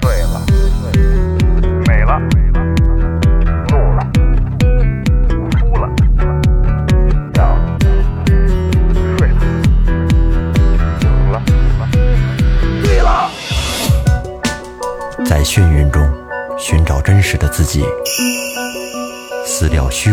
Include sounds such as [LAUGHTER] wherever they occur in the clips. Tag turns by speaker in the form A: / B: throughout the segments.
A: 醉了，美了，怒了，哭了，笑了，睡了，醒了，醉了。
B: 在眩晕中寻找真实的自己，撕掉虚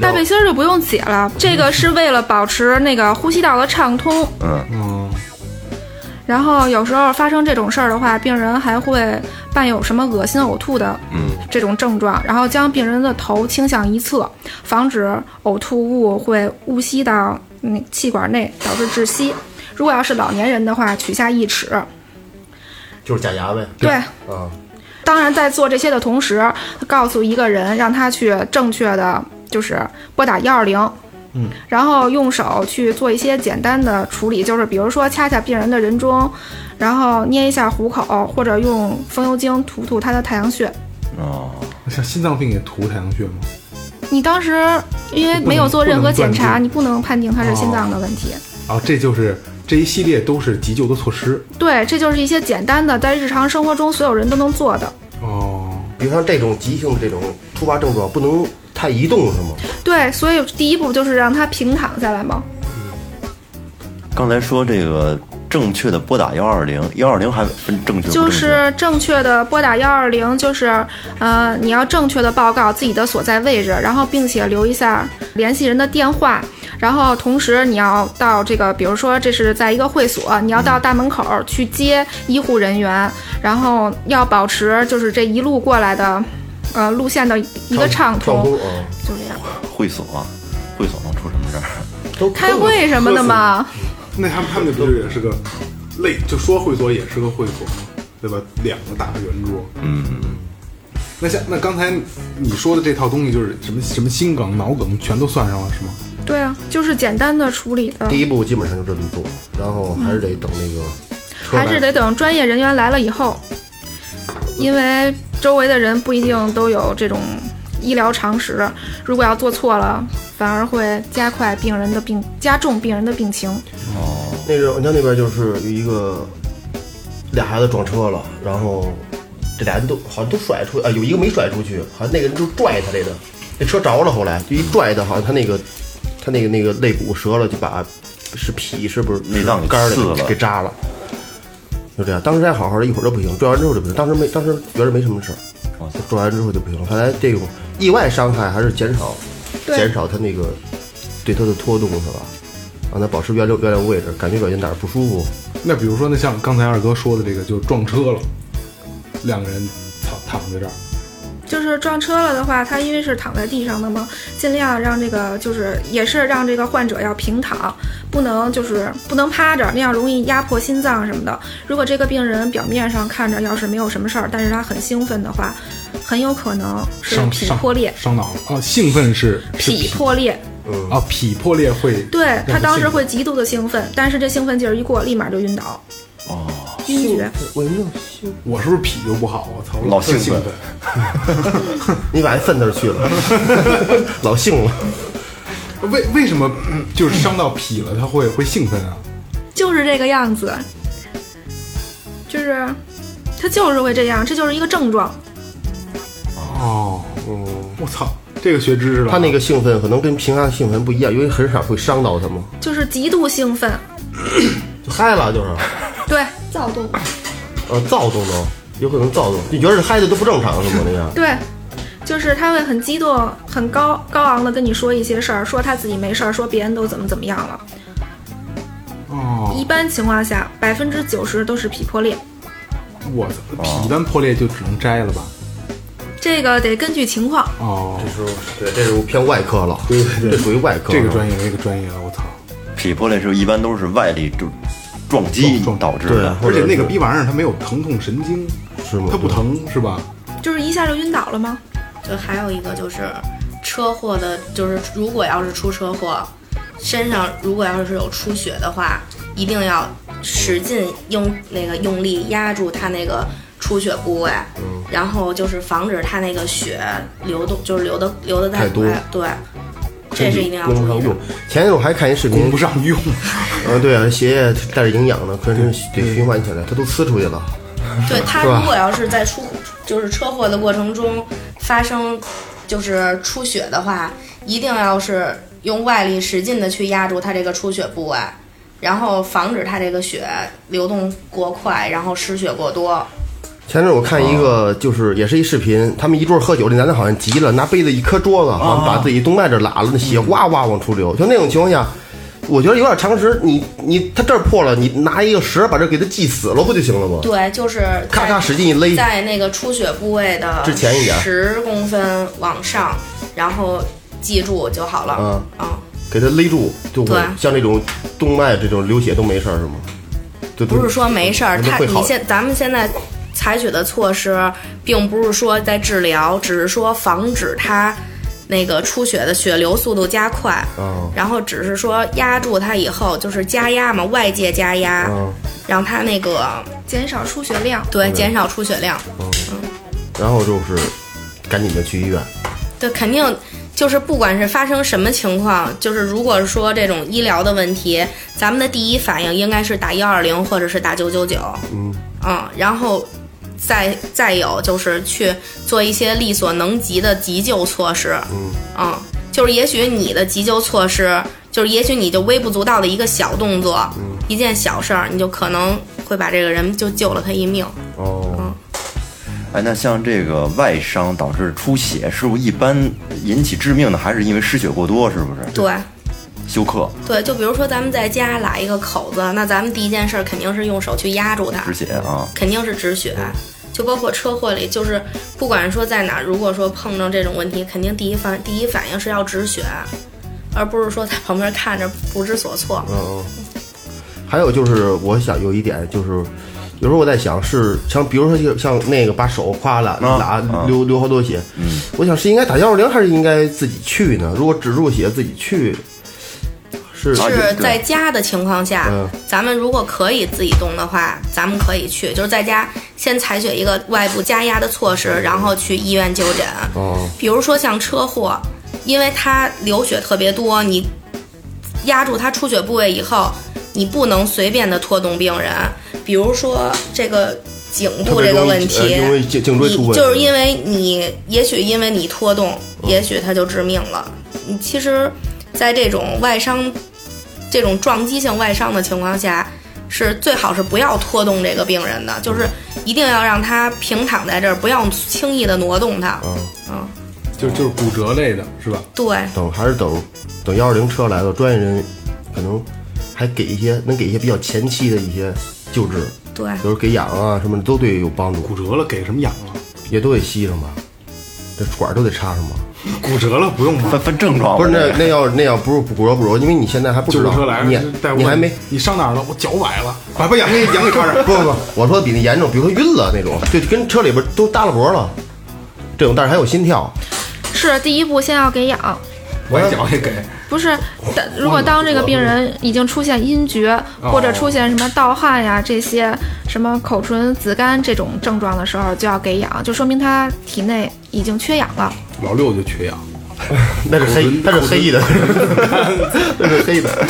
C: 大背心儿就不用解了，这个是为了保持那个呼吸道的畅通。
D: 嗯，
C: 然后有时候发生这种事儿的话，病人还会伴有什么恶心、呕吐的这种症状，然后将病人的头倾向一侧，防止呕吐物会误吸到嗯气管内，导致窒息。如果要是老年人的话，取下一齿。
E: 就是假牙呗。
C: 对
E: 啊，
C: 当然，在做这些的同时，告诉一个人让他去正确的就是拨打幺二零，
F: 嗯，
C: 然后用手去做一些简单的处理，就是比如说掐掐病人的人中，然后捏一下虎口，或者用风油精涂涂他的太阳穴。
D: 哦，
F: 像心脏病也涂太阳穴吗？
C: 你当时因为没有做任何检查，
F: 不能不能断定
C: 你不能判定他是心脏的问题。
F: 啊，这就是这一系列都是急救的措施
C: 对，这就是一些简单的，在日常生活中所有人都能做的。
F: 哦。
E: 比如像这种急性的这种突发症状，不能太移动，是吗？
C: 对，所以第一步就是让他平躺下来嘛。
D: 刚才说这个正确的拨打幺二零，幺二零还分正确不正确？
C: 就是正确的拨打幺二零，就是呃，你要正确的报告自己的所在位置，然后并且留一下联系人的电话，然后同时你要到这个，比如说这是在一个会所，你要到大门口去接医护人员，然后要保持就是这一路过来的，呃，路线的一个畅
E: 通
C: 通，
E: 啊，
C: 就这样。
D: 会所，啊会所能出什么事儿？ [LAUGHS]
E: 都
C: 开会什么的嘛，
F: 那他们他们那不是也是个类，就说会所也是个会所吗，对吧？两个大圆桌。
D: 嗯，
F: 那像那刚才你说的这套东西，就是什么什么心梗、脑梗，全都算上了是吗？
C: 对啊，就是简单的处理的。
E: 第一步基本上就这么做，然后还是得等那个车来，
C: 还是得等专业人员来了以后，因为周围的人不一定都有这种医疗常识，如果要做错了，反而会加快病人的病，加重病人的病情。
E: 那个你看那边就是有一个俩孩子撞车了，然后这俩人都好像都甩出啊，有一个没甩出去，好像那个人就拽他来着，那车着了，后来就一拽他，好像他那个他那个那个肋骨折了，就把是脾是不是
D: 内脏给
E: 肝儿
D: 刺了
E: 给给扎了。就这样，当时还好好的，一会儿就不行，拽完之后就不行。当时没，当时觉得没什么事儿
D: 哇塞，
E: 拽完之后就不行了。看来这种意外伤害还是减少，
C: 对
E: 减少他那个对他的拖动是吧？让他保持原来原来位置，感觉表现哪儿不舒服，
F: 那比如说，那像刚才二哥说的这个，就撞车了，两个人躺躺在这儿，
C: 就是撞车了的话，他因为是躺在地上的嘛，尽量让这个就是也是让这个患者要平躺，不能就是不能趴着，那样容易压迫心脏什么的。如果这个病人表面上看着要是没有什么事儿，但是他很兴奋的话，很有可能是
F: 伤
C: 脾
F: 伤
C: 破裂。
F: 伤脑了啊！兴奋是是
C: 脾破裂，
F: 啊，脾破裂会
C: 对
F: 让
C: 他当时
F: 兴奋
C: 会极度的兴奋，但是这兴奋劲儿一过，立马就晕倒。哦，晕厥。
E: 我就兴，
F: 我是不是脾就不好？我操，
D: 老
F: 特
D: 兴
F: 兴
D: 奋
F: 奋。
E: 你把那粪字儿去了，老兴了。 [LAUGHS]
F: 为为什么就是伤到脾了，他会会兴奋啊？
C: 就是这个样子，就是他就是会这样，这就是一个症状。
F: 哦，我操，这个学知识了。
E: 嗯他那个兴奋可能跟平常兴奋不一样，因为很少会伤到他嘛，
C: 就是极度兴奋，
E: 就嗨了就是，
C: 对
G: 躁动，
E: 呃，躁动都有可能躁动。你觉得是嗨的都不正常是吗？那样
C: 对，就是他会很激动、很高高昂的跟你说一些事儿，说他自己没事儿，说别人都怎么怎么样了。
F: 哦
C: 一，般情况下，百分之九十都是脾破裂，
F: 我操，
D: 哦
F: 脾一般破裂就只能摘了吧？
C: 这个得根据情况。
F: 哦，
E: 是对，这是偏外科了，对对对，这属于外科了。
F: 这个专业，这个专业了，我操！
D: 脾破裂是一般都是外力就撞击
F: 撞撞
D: 导致
E: 对
D: 的
E: 啊，，或
F: 而
E: 者
F: 且那个
E: 是
F: 逼玩意儿它没有疼痛神经，
E: 是吗
F: 它不疼是吧？
C: 就是一下就晕倒了吗？
H: 就还有一个就是车祸的，就是如果要是出车祸，身上如果要是有出血的话，一定要使劲用那个用力压住它那个出血部位，然后就是防止它那个血流动，就是流的流的
E: 太
H: 太
E: 多
H: 快，对，这是一定要
E: 供不
H: 注
E: 上
H: 意
E: 用
H: 的。。
E: 前一阵我还看一视频
F: 供，不上用，
E: 嗯，对啊，血液带着营养呢，可是得循环起来，它都呲出去了。
H: 对他
E: 是吧
H: 如果要是在出就是车祸的过程中发生就是出血的话，一定要是用外力使劲的去压住他这个出血部位，然后防止他这个血流动过快，然后失血过多。
E: 前阵我看一个，就是也是一视频，他们一桌喝酒，这男的好像急了，拿杯子一磕桌子，好像把自己动脉这拉了，那血哗哗往出流。就那种情况下，我觉得有点常识，你你他这儿破了，你拿一个石把这给它系死了不就行了吗？
H: 对，就是
E: 咔
H: 在
E: 咔使劲一勒
H: 在那个出血部位的
E: 之前一点
H: 十公分往上，然后记住就好了。
E: 啊
H: 啊，
E: 给它勒住，就会
H: 对
E: 像这种动脉这种流血都没事儿是吗？就
H: 不是说没事儿，
E: 嗯那
H: 他
E: 会好
H: 你现咱们现在采取的措施，并不是说在治疗，只是说防止他那个出血的血流速度加快，
E: 嗯
H: 然后只是说压住他以后就是加压嘛，外界加压，
E: 嗯，
H: 让他那个
C: 减少出血量，
H: 对，减少出血量，
E: 然后就是赶紧的去医院，
H: 对，肯定就是不管是发生什么情况，就是如果说这种医疗的问题，咱们的第一反应应该是打幺二零或者是打九九九，
E: 嗯
H: 嗯，然后再再有就是去做一些力所能及的急救措施，
E: 嗯
H: 嗯，就是也许你的急救措施，就是也许你就微不足道的一个小动作，一件小事儿，你就可能会把这个人就救了他一命。
E: 哦，
D: 哎，那像这个外伤导致出血，是不是一般引起致命的还是因为失血过多？是不是？
H: 对
D: 休克
H: 对，就比如说咱们在家拉一个口子，那咱们第一件事儿肯定是用手去压住它，
D: 止血啊，
H: 肯定是止血。就包括车祸里，就是不管说在哪儿，如果说碰着这种问题，肯定第一反第一反应是要止血，而不是说在旁边看着不知所措。
E: 嗯嗯。还有就是，我想有一点就是，有时候我在想是像，比如说就像那个把手夸了
D: 啊
E: 打
D: 啊
E: 流流好多血，
D: 嗯，
E: 我想是应该打幺二零还是应该自己去呢？如果止住血自己去，是
H: 是在家的情况下，
E: 嗯
H: 咱们如果可以自己动的话，咱们可以去，就是在家先采取一个外部加压的措施，然后去医院就诊。
E: 嗯哦，
H: 比如说像车祸，因为它流血特别多，你压住它出血部位以后，你不能随便的拖动病人。比如说这个颈
E: 特
H: 部
E: 别
H: 这个
E: 容易
H: 问
E: 呃
H: 题，
E: 容易颈颈椎出
H: 你
E: 问题，嗯
H: 就是因为你，也许因为你拖动，也许它就致命了。你其实，在这种外伤、这种撞击性外伤的情况下，是最好是不要拖动这个病人的，就是一定要让他平躺在这儿，不要轻易的挪动他。
E: 嗯
H: 嗯，
E: 哦
F: 就就是骨折类的是吧？
H: 对，
E: 等还是等等幺二零车来了，专业人可能还给一些能给一些比较前期的一些救治，
H: 对
E: 比如给氧啊什么的都对有帮助。骨
F: 折了给什么氧啊？
E: 也都得吸上吧，这管儿都得插上吧。
F: 骨折了不用吗？
D: 分分症状
E: 不是那那要那要不是骨折不折，因为你现在还不
F: 救
E: 知道
F: 护车来了，
E: 你
F: 哦就带我
E: 你还没
F: 你上哪儿了？我脚崴了，把 [LAUGHS] 把氧给氧给插上。
E: 不不不，我说的比那严重，比如说晕了那种，就跟车里边都搭了脖了，这种但是还有心跳，
C: 是第一步先要给氧，
F: 我也脚也给。
C: 不是，但如果当这个病人已经出现晕厥
F: 哦
C: 或者出现什么盗汗呀这些什么口唇紫干这种症状的时候，就要给氧，就说明他体内已经缺氧了。
F: 老六就缺氧，
E: 那是黑
F: 口唇
E: 那是黑
I: [LAUGHS]
E: 的，那是黑的。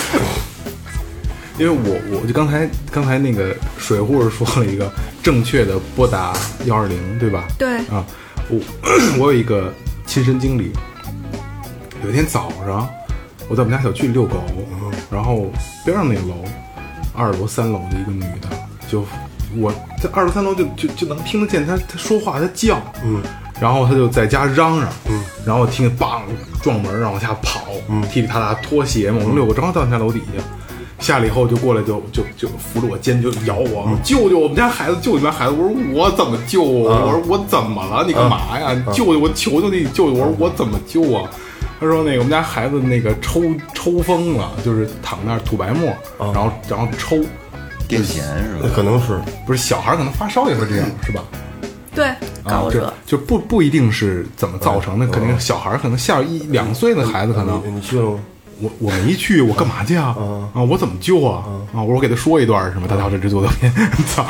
F: 因为我我就刚才刚才那个水户说了一个正确的拨打幺二零，对吧？
C: 对
F: 啊，我 [CLEARS THROAT] 我有一个亲身经历，有一天早上我在我们家小区遛狗，嗯然后边上那楼二楼三楼的一个女的，就我在二楼三楼就就就能听得见她她说话，她叫，
E: 嗯，
F: 然后她就在家嚷嚷，嗯，然后我听见梆撞门，然后往下跑，嗯，踢里踏踏拖鞋嘛，我们遛狗正好到我们家楼底下。下来以后就过来就就就扶着我肩就摇我，救救我们家孩子，救你们家孩子！我说我怎么救啊？
E: 啊
F: 我说我怎么了？你干嘛呀？你救救我！求求你你救救我！我说我怎么救啊？他说那个我们家孩子那个抽抽风了，就是躺那儿吐白沫，然后然后抽，
D: 癫痫是吧？
E: 可能是
F: 不是小孩儿可能发烧也会这样是吧？
C: 对，
F: 啊，就就不不一定是怎么造成的，肯定小孩儿可能下一两岁的孩子可能
E: 你去了吗？
F: 我我没去，我干嘛去啊？啊，我怎么救啊？啊，我说我给他说一段儿什么，他到这这做照片， [LAUGHS] 操！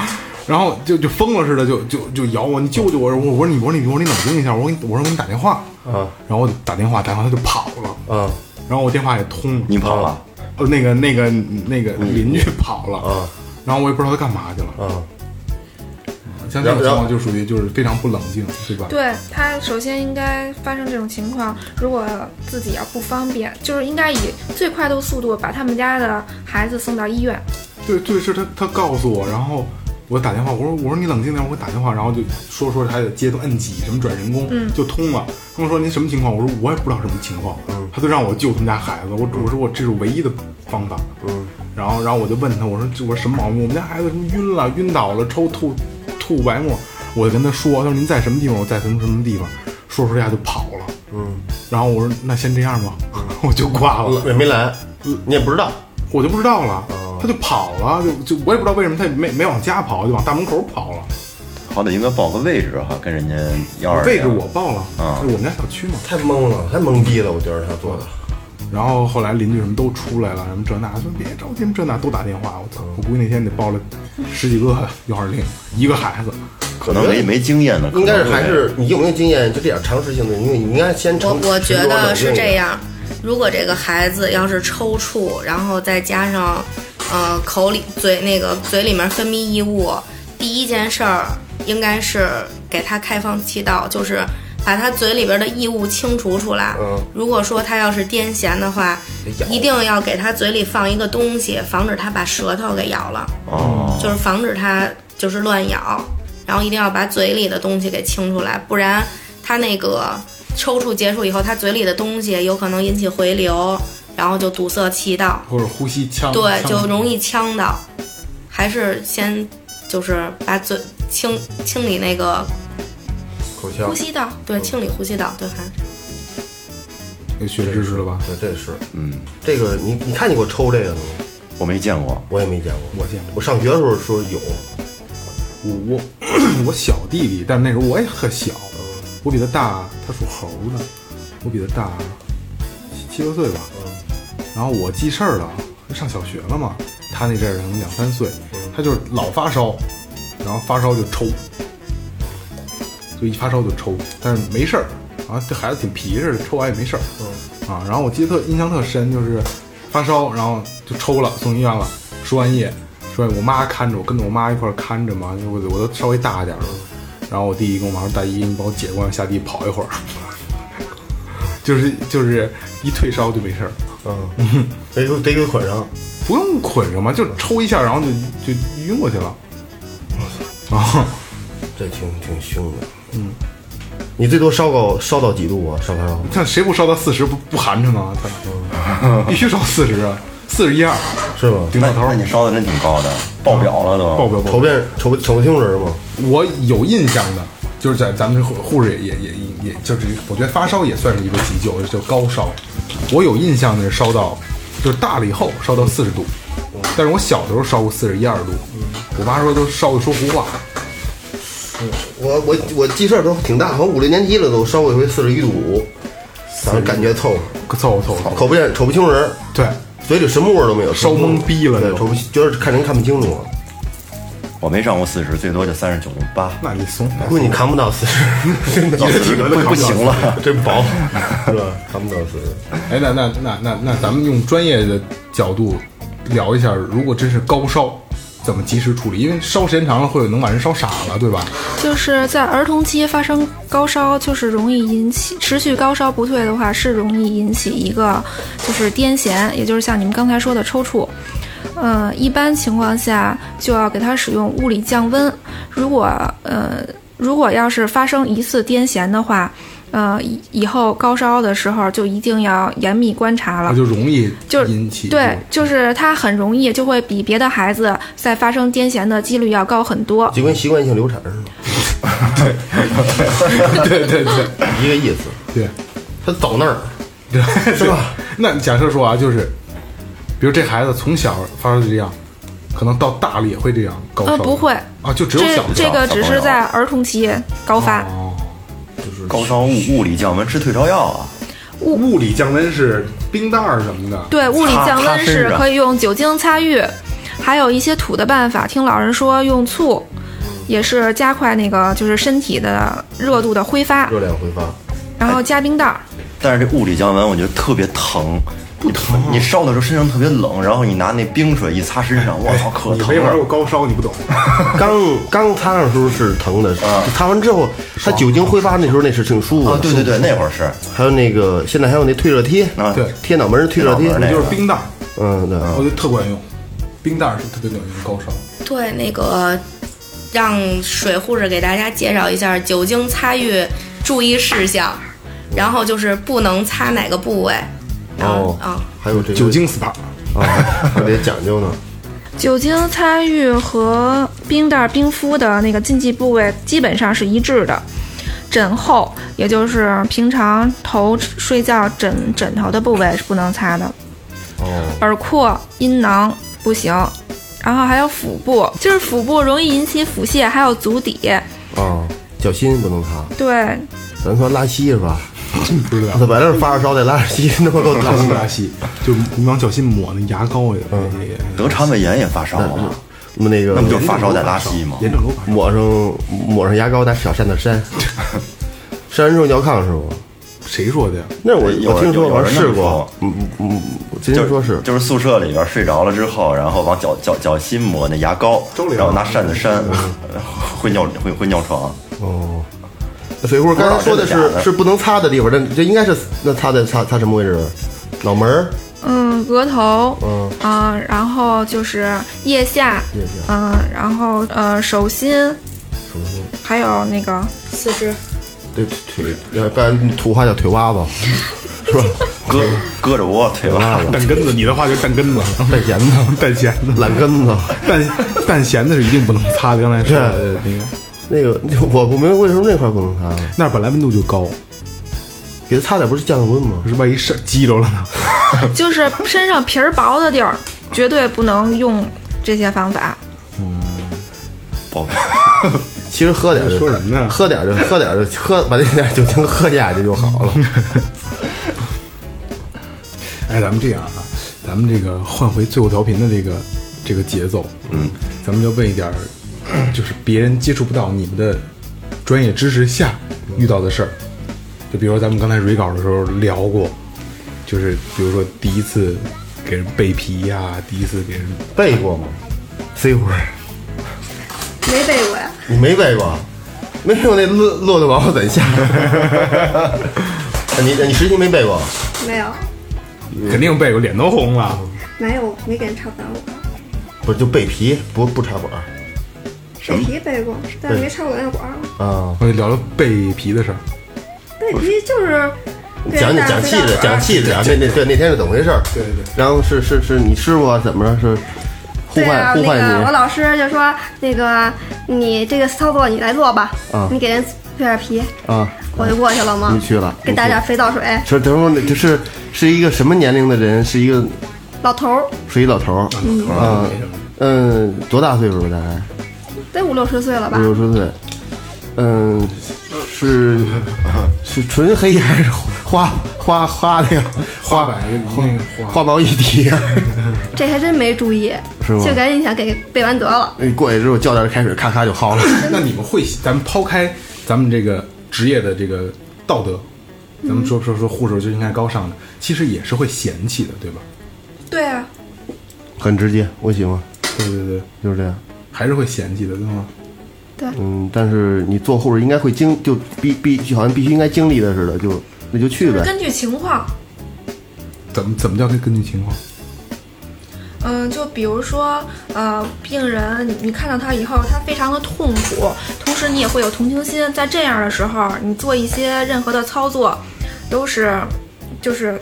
F: 然后就就疯了似的，就就就咬我，你救救我！我说我说你我说你我说你冷静一下，我说你我说我给你打电话，
E: 啊
F: 然后我就打电话，打电话他就跑了，
E: 啊，
F: 然后我电话也通了，
D: 你跑了，
F: 呃，那个那个那个邻居跑了，啊，然后我也不知道他干嘛去了，
E: 啊，
F: 像这种情况就属于就是非常不冷静，对吧？
C: 对他首先应该发生这种情况，如果自己要不方便，就是应该以最快的速度把他们家的孩子送到医院。
F: 对对，是他他告诉我，然后我打电话，我说我说你冷静点，我给打电话，然后就说说还得接都摁几什么转人工，
J: 嗯
F: 就通了。他们说您什么情况？我说我也不知道什么情况，
I: 嗯
F: 他就让我救他们家孩子，我我说我这是唯一的方法，
I: 嗯，
F: 然后然后我就问他，我说这我说什么毛病？我们家孩子什么晕了、晕倒了、抽吐吐白沫，我就跟他说，他说您在什么地方？我在什么什么地方，说说一下就跑了，
I: 嗯，
F: 然后我说那先这样吧，我就挂了，
I: 也没来，你也不知道，
F: 我就不知道了，他就跑了，就就我也不知道为什么他也没没往家跑，就往大门口跑了，
D: 好歹应该报个位置哈，跟人家要是
F: 位置我报了
D: 啊
F: 是我们家小区嘛，
I: 太懵了，太懵逼了，我觉得他做的。
F: 然后后来邻居什么都出来了，什么这那，说别着急，这那都打电话。我操，我估计那天得报了十几个幺二零，一个孩子，
E: 嗯
D: 可能没没经验呢，
I: 应该是
D: 可能
I: 还是你有没有经验，就这点常识性的，因为你应该先
H: 我
I: 承。
H: 我觉
I: 承诺
H: 得
I: 冷
H: 是
I: 静一
H: 这
I: 点。
H: 样，如果这个孩子要是抽搐，然后再加上，呃，口里嘴那个嘴里面分泌异物，第一件事儿应该是给他开放气道，就是把他嘴里边的异物清除出来。
I: 嗯
H: 如果说他要是癫痫的话，一定要给他嘴里放一个东西，防止他把舌头给咬了，
D: 哦
H: 就是防止他就是乱咬，然后一定要把嘴里的东西给清出来，不然他那个抽搐结束以后，他嘴里的东西有可能引起回流，然后就堵塞气道，
F: 或者呼吸呛，
H: 对，
F: 嗯呛
H: 就容易呛到。还是先就是把嘴清清理那个
I: 口腔
H: 呼吸道，对，清理呼吸道，对，反正
F: 有学知识了吧？
I: 对，这是，
D: 嗯，
I: 这个你你看见过抽这个的吗？
D: 我没见过，
I: 我也没见过，
F: 我见过。
I: 我上学的时候说有，
F: 我我我小弟弟，但那时候我也很小，我比他大，他属猴的，我比他大七七六岁吧。然后我记事儿了，上小学了嘛，他那阵儿可能两三岁，他就是老发烧，然后发烧就抽，就一发烧就抽，但是没事儿啊，这孩子挺皮实的，抽完也没事儿。啊，然后我记得特印象特深，就是发烧，然后就抽了，送医院了，输完液，输完我妈看着我，跟着我妈一块儿看着嘛，因为我我都稍微大一点了。然后我弟弟跟我妈说：“大姨，你帮我姐过来下地跑一会儿。” [LAUGHS] 就是就是一退烧就没事儿，
I: 嗯， [LAUGHS] 得给得给捆上，
F: 不用捆上嘛，就抽一下，然后就就晕过去了。啊，
I: 这挺挺凶的。嗯，你最多烧高烧到几度啊？烧高烧
F: 看谁不烧到四十不不寒碜吗？他必须烧四十啊，四十一二
I: 是吧？
F: 顶到头。
D: 嗯那你烧的真挺高的，爆表了都，
F: 报表
I: 瞅不见瞅不瞅不清楚是吗？
F: 我有印象的，就是在咱们护护士也也也也就是，我觉得发烧也算是一个急救，就高烧。我有印象的是烧到，就是大了以后烧到四十度，但是我小的时候烧过四十一二度，我妈说都烧的说胡话。
I: 我我我记事儿都挺大，好像五六年级了都烧过一回四十一度五，反正感觉凑合
F: 凑合凑合，
I: 瞅不见瞅不清人，
F: 对，
I: 嘴里什么味儿都没有，
F: 烧懵逼了
I: 对，
F: 就
I: 瞅不觉得看人看不清楚，啊
D: 我没上过四十，最多就三十九八。
F: 那你怂，
I: [LAUGHS] 估计你扛不到四十， [LAUGHS] 真的
D: 到40都不行了，
I: 真薄，是吧？扛不到四十。
F: 哎，那那那那那咱们用专业的角度聊一下，如果真是高烧，怎么及时处理？因为烧时间长了会有能把人烧傻了，对吧？
C: 就是在儿童期发生高烧，就是容易引起持续高烧不退的话，是容易引起一个就是癫痫，也就是像你们刚才说的抽搐。呃，一般情况下就要给他使用物理降温。如果呃，如果要是发生疑似癫痫的话，呃，以以后高烧的时候就一定要严密观察了
F: 那。就容易
C: 就
F: 引起
C: 啊对，就是他很容易就会比别的孩子在发生癫痫的几率要高很多。
I: 就跟习惯性流产似的。
F: [LAUGHS] 对对对，
I: 一个意思。
F: 对，
I: 他走那儿，
F: 对，是吧？ [LAUGHS] 那假设说啊，就是，比如这孩子从小发烧就这样，可能到大了也会这样高烧。
C: 呃，不会
F: 啊，就只有小的哦
C: 这这个只是在儿童期高发。
D: 高烧物物理降温吃退烧药啊，
C: 物
F: 物理降温是冰袋儿什么的，
C: 对，物理降温是可以
F: 以。
C: 用酒精擦浴，还有一些土的办法。听老人说用醋，也是加快那个就是身体的热度的挥发，
I: 热量挥发。
C: 然后加冰袋儿。
D: 但是这物理降温我觉得特别疼，不疼。你烧的时候身上特别冷，然后你拿那冰水一擦身上，我操，可
F: 你
D: 疼
F: 没玩过
D: 了。
F: 高烧，你不懂。
I: 刚刚擦上的时候是疼的，擦完之后，它酒精挥发那时候那是挺舒服的。
D: 啊对对啊对
I: 舒服
D: 那会儿是。
I: 还有那个现在还有那退热贴，
F: 对
I: 贴脑门儿退热贴
F: 贴脑， [LAUGHS] 门儿那个就是冰袋。
I: 嗯，对。
E: 啊
F: 我觉得特管用，冰袋儿是特别管用高烧。
H: 对那个让水护士给大家介绍一下酒精参与注意事项，然后就是不能擦哪个部位，然后
E: 哦
H: 啊、
E: 还有这个
F: 酒精 SPA
E: 啊，还得讲究呢。
C: 酒精参与和冰袋冰敷的那个禁忌部位基本上是一致的。枕后，也就是平常头睡觉枕枕头的部位是不能擦的。
E: 哦，
C: 耳廓、阴囊不行，然后还有腹部，就是腹部容易引起腹泻，还有足底。
E: 啊，脚心不能擦，
C: 对，
E: 咱说拉稀是吧？
F: [LAUGHS] 不 [LAUGHS] 知道，
E: 本来是发着烧得拉着稀，那么够拉稀
F: 拉稀， [LAUGHS] 嗯就你往脚心抹那牙膏也也
D: 得肠胃炎也发烧啊，
E: 那么那个
D: 那不就发烧再拉稀吗？
F: 炎症楼
E: 抹上抹上牙膏，拿小扇子
D: [LAUGHS]
E: 扇，扇完之后尿炕是吗？
F: 谁说的呀？
E: 那我
D: 哎有
E: 我听说，
D: 有
E: 我
D: 人
E: 试
D: 这么
E: 过
D: 说，
E: 嗯嗯嗯，我今天说是
D: 就是宿舍里边睡着了之后，然后往脚脚脚心抹那牙膏，然后拿扇子扇，
F: 嗯
D: [LAUGHS] 会尿会会尿床。
E: 哦。水壶刚才说的
D: 不知道真的
E: 是
D: 假的
E: 是不能擦的地方，那这应该是那擦在擦擦什么位置？啊脑门儿，
C: 嗯，额头，
E: 嗯，
C: 嗯、然后就是腋下，
E: 腋下
C: 嗯、然后呃手心，
E: 手心，
C: 还有那
E: [LAUGHS]
C: 个
H: 四肢，
E: 对腿，呃，刚才土话叫腿挖子，是吧？
D: 搁搁着窝腿
E: 挖子，
F: [LAUGHS] 蛋根子，你的话就是蛋根子，
E: 蛋咸子，
F: [LAUGHS] 蛋咸子，
E: 懒根子，
F: [LAUGHS] 蛋蛋咸的是一定不能擦的。刚才说的那个，
E: 那个我我明白为什么那块不能擦，啊
F: 那儿本来温度就高，
E: 给它擦点不是降降温吗？
F: 可是万一是激着了呢？
C: 就是身上皮儿薄的地儿，绝对不能用这些方法。
D: 宝贝，
E: 其实喝点就
F: 说什么呢
E: 喝点就喝点就喝，把那点酒精喝下去就好了。
F: 哎，咱们这样啊，咱们这个换回最后调频的这个这个节奏，嗯，咱们就问一点儿，就是别人接触不到你们的专业知识下遇到的事儿，就比如说咱们刚才蕊稿的时候聊过，就是比如说第一次给人背皮呀、第一次给人
E: 背过吗？C 会儿
K: 没背过呀。
E: 你没背过，没有那骆骆驼王八怎下？ [LAUGHS] 你你实习没背过？
K: 没有，
F: 肯定背过，脸都红了。
K: 没有，没给人插管过。
E: 不是就背皮，不不插管儿
K: 背皮背过，但是没插过那管儿。
E: 啊？
F: 我就聊聊背皮的事儿，
K: 背皮就是给
E: 讲讲
K: 人大
E: 讲
K: 四
E: 气
K: 大
E: 质，
K: 管
E: 讲
K: 儿
E: 气质啊！那那对那天是怎么回事？对对对。然后是是是你师傅啊怎么着？是互
K: 对
E: 换
K: 啊，
E: 互
K: 那
E: 换
K: 个我
E: 你
K: 老师就说，那个你这个操作你来做吧，
E: 啊
K: 你给人配点皮，
E: 啊？
K: 我就过去了嘛
E: 嗯你，去了，
K: 给打
E: 家。
K: 点肥皂水，
E: 说等会儿那这是是一个什么年龄的人？是一个
K: 老头儿
E: 是一老头儿
K: 嗯
E: 啊，嗯，多大岁数了？大概？
K: 得五六十岁了吧
E: 五？六十岁，嗯，是是纯黑还是花花花那个花
F: 白那个花
E: 花毛一体？
K: 这还真没注意，
E: 是吗
K: 就赶紧想给背完得了。
E: 你过去之后叫点开水，咔咔就薅了。
F: 那你们会，咱们抛开咱们这个职业的这个道德，咱们说说说护士就应该高尚的，其实也是会嫌弃的，对吧？
K: 对啊，
E: 很直接，我喜欢，
F: 对对对，
E: 就是这样。
F: 还是会嫌弃的，对吗？
E: 嗯，但是你做护士应该会经，就必必就好像必须应该经历的似的，就那就去呗。
C: 根据情况，
F: 怎么怎么叫根据情况？
C: 嗯，就比如说，呃，病人你你看到他以后，他非常的痛苦，同时你也会有同情心。在这样的时候，你做一些任何的操作，都是，就是，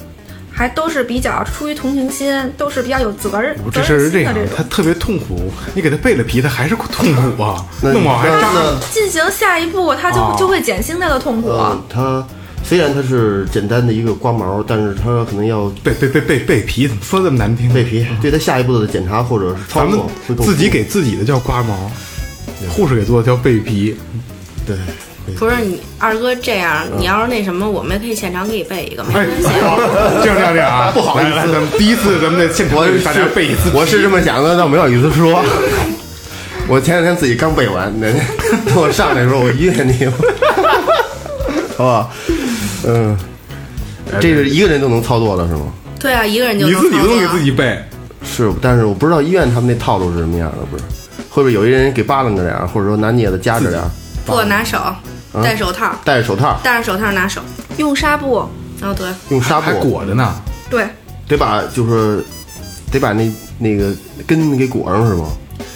C: 还都是比较出于同情心，都是比较有责任
F: 我
C: 责
F: 这事儿
C: 任
F: 是这
C: 心
F: 样
C: 的这，
F: 他
C: 种。
F: 特别痛苦，你给他背了皮，他还是痛苦啊，
E: 那
F: 弄不好还
E: 那
F: 扎。
E: 那
C: 进行下一步，他就、
F: 哦
C: 就会减轻他的痛苦。
E: 呃，它虽然它是简单的一个刮毛，但是它可能要
F: 背背背背背皮，怎么说这么难听？
E: 背皮，对它下一步的检查或者是操
F: 咱们
E: 作会更
F: 自己给自己的叫刮毛，护士给做的叫背
E: [LAUGHS]
F: 皮。
E: 对。
H: 不是你二哥这样，你要是那什么，我们可以现场给你背一个，
F: 嗯
H: 没
F: 哎，
H: 关系。
F: 这样这样这样啊！
E: 不好意思
F: 来来咱们第一次咱们在现场
E: 我
F: 给
E: 是
F: 大家背一次皮，
E: 我是这么想的，但我没好意思说。我前两天自己刚背完，那等我上来的时候我约你，好吧？嗯，这是一个人都能操作的是吗？
H: 对啊，一个人就
F: 你
H: 能
F: 自己
H: 操
F: 都
H: 作
F: 给自己背。
E: 是，但是我不知道医院他们那套路是什么样的，不是？会不会有一人给扒拉着点儿，或者说拿镊子夹着点儿，
H: 不拿手，
F: 嗯
H: 戴手套，
E: 戴着手套，
H: 戴上手套拿手。
C: 用纱布，
H: 哦，对，
E: 用纱
F: 还
E: 布
F: 裹着呢，
C: 对，
E: 得把就是得
F: 啊
E: 把那那个根给裹上是吗？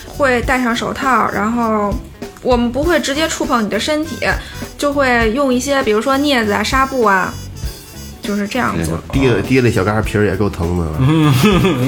C: 会戴上手套，然后我们不会直接触碰你的身体，就会用一些比如说镊子啊、纱布啊，就是这样做。
L: 滴了滴了小嘎皮儿也够疼的了，
F: 嗯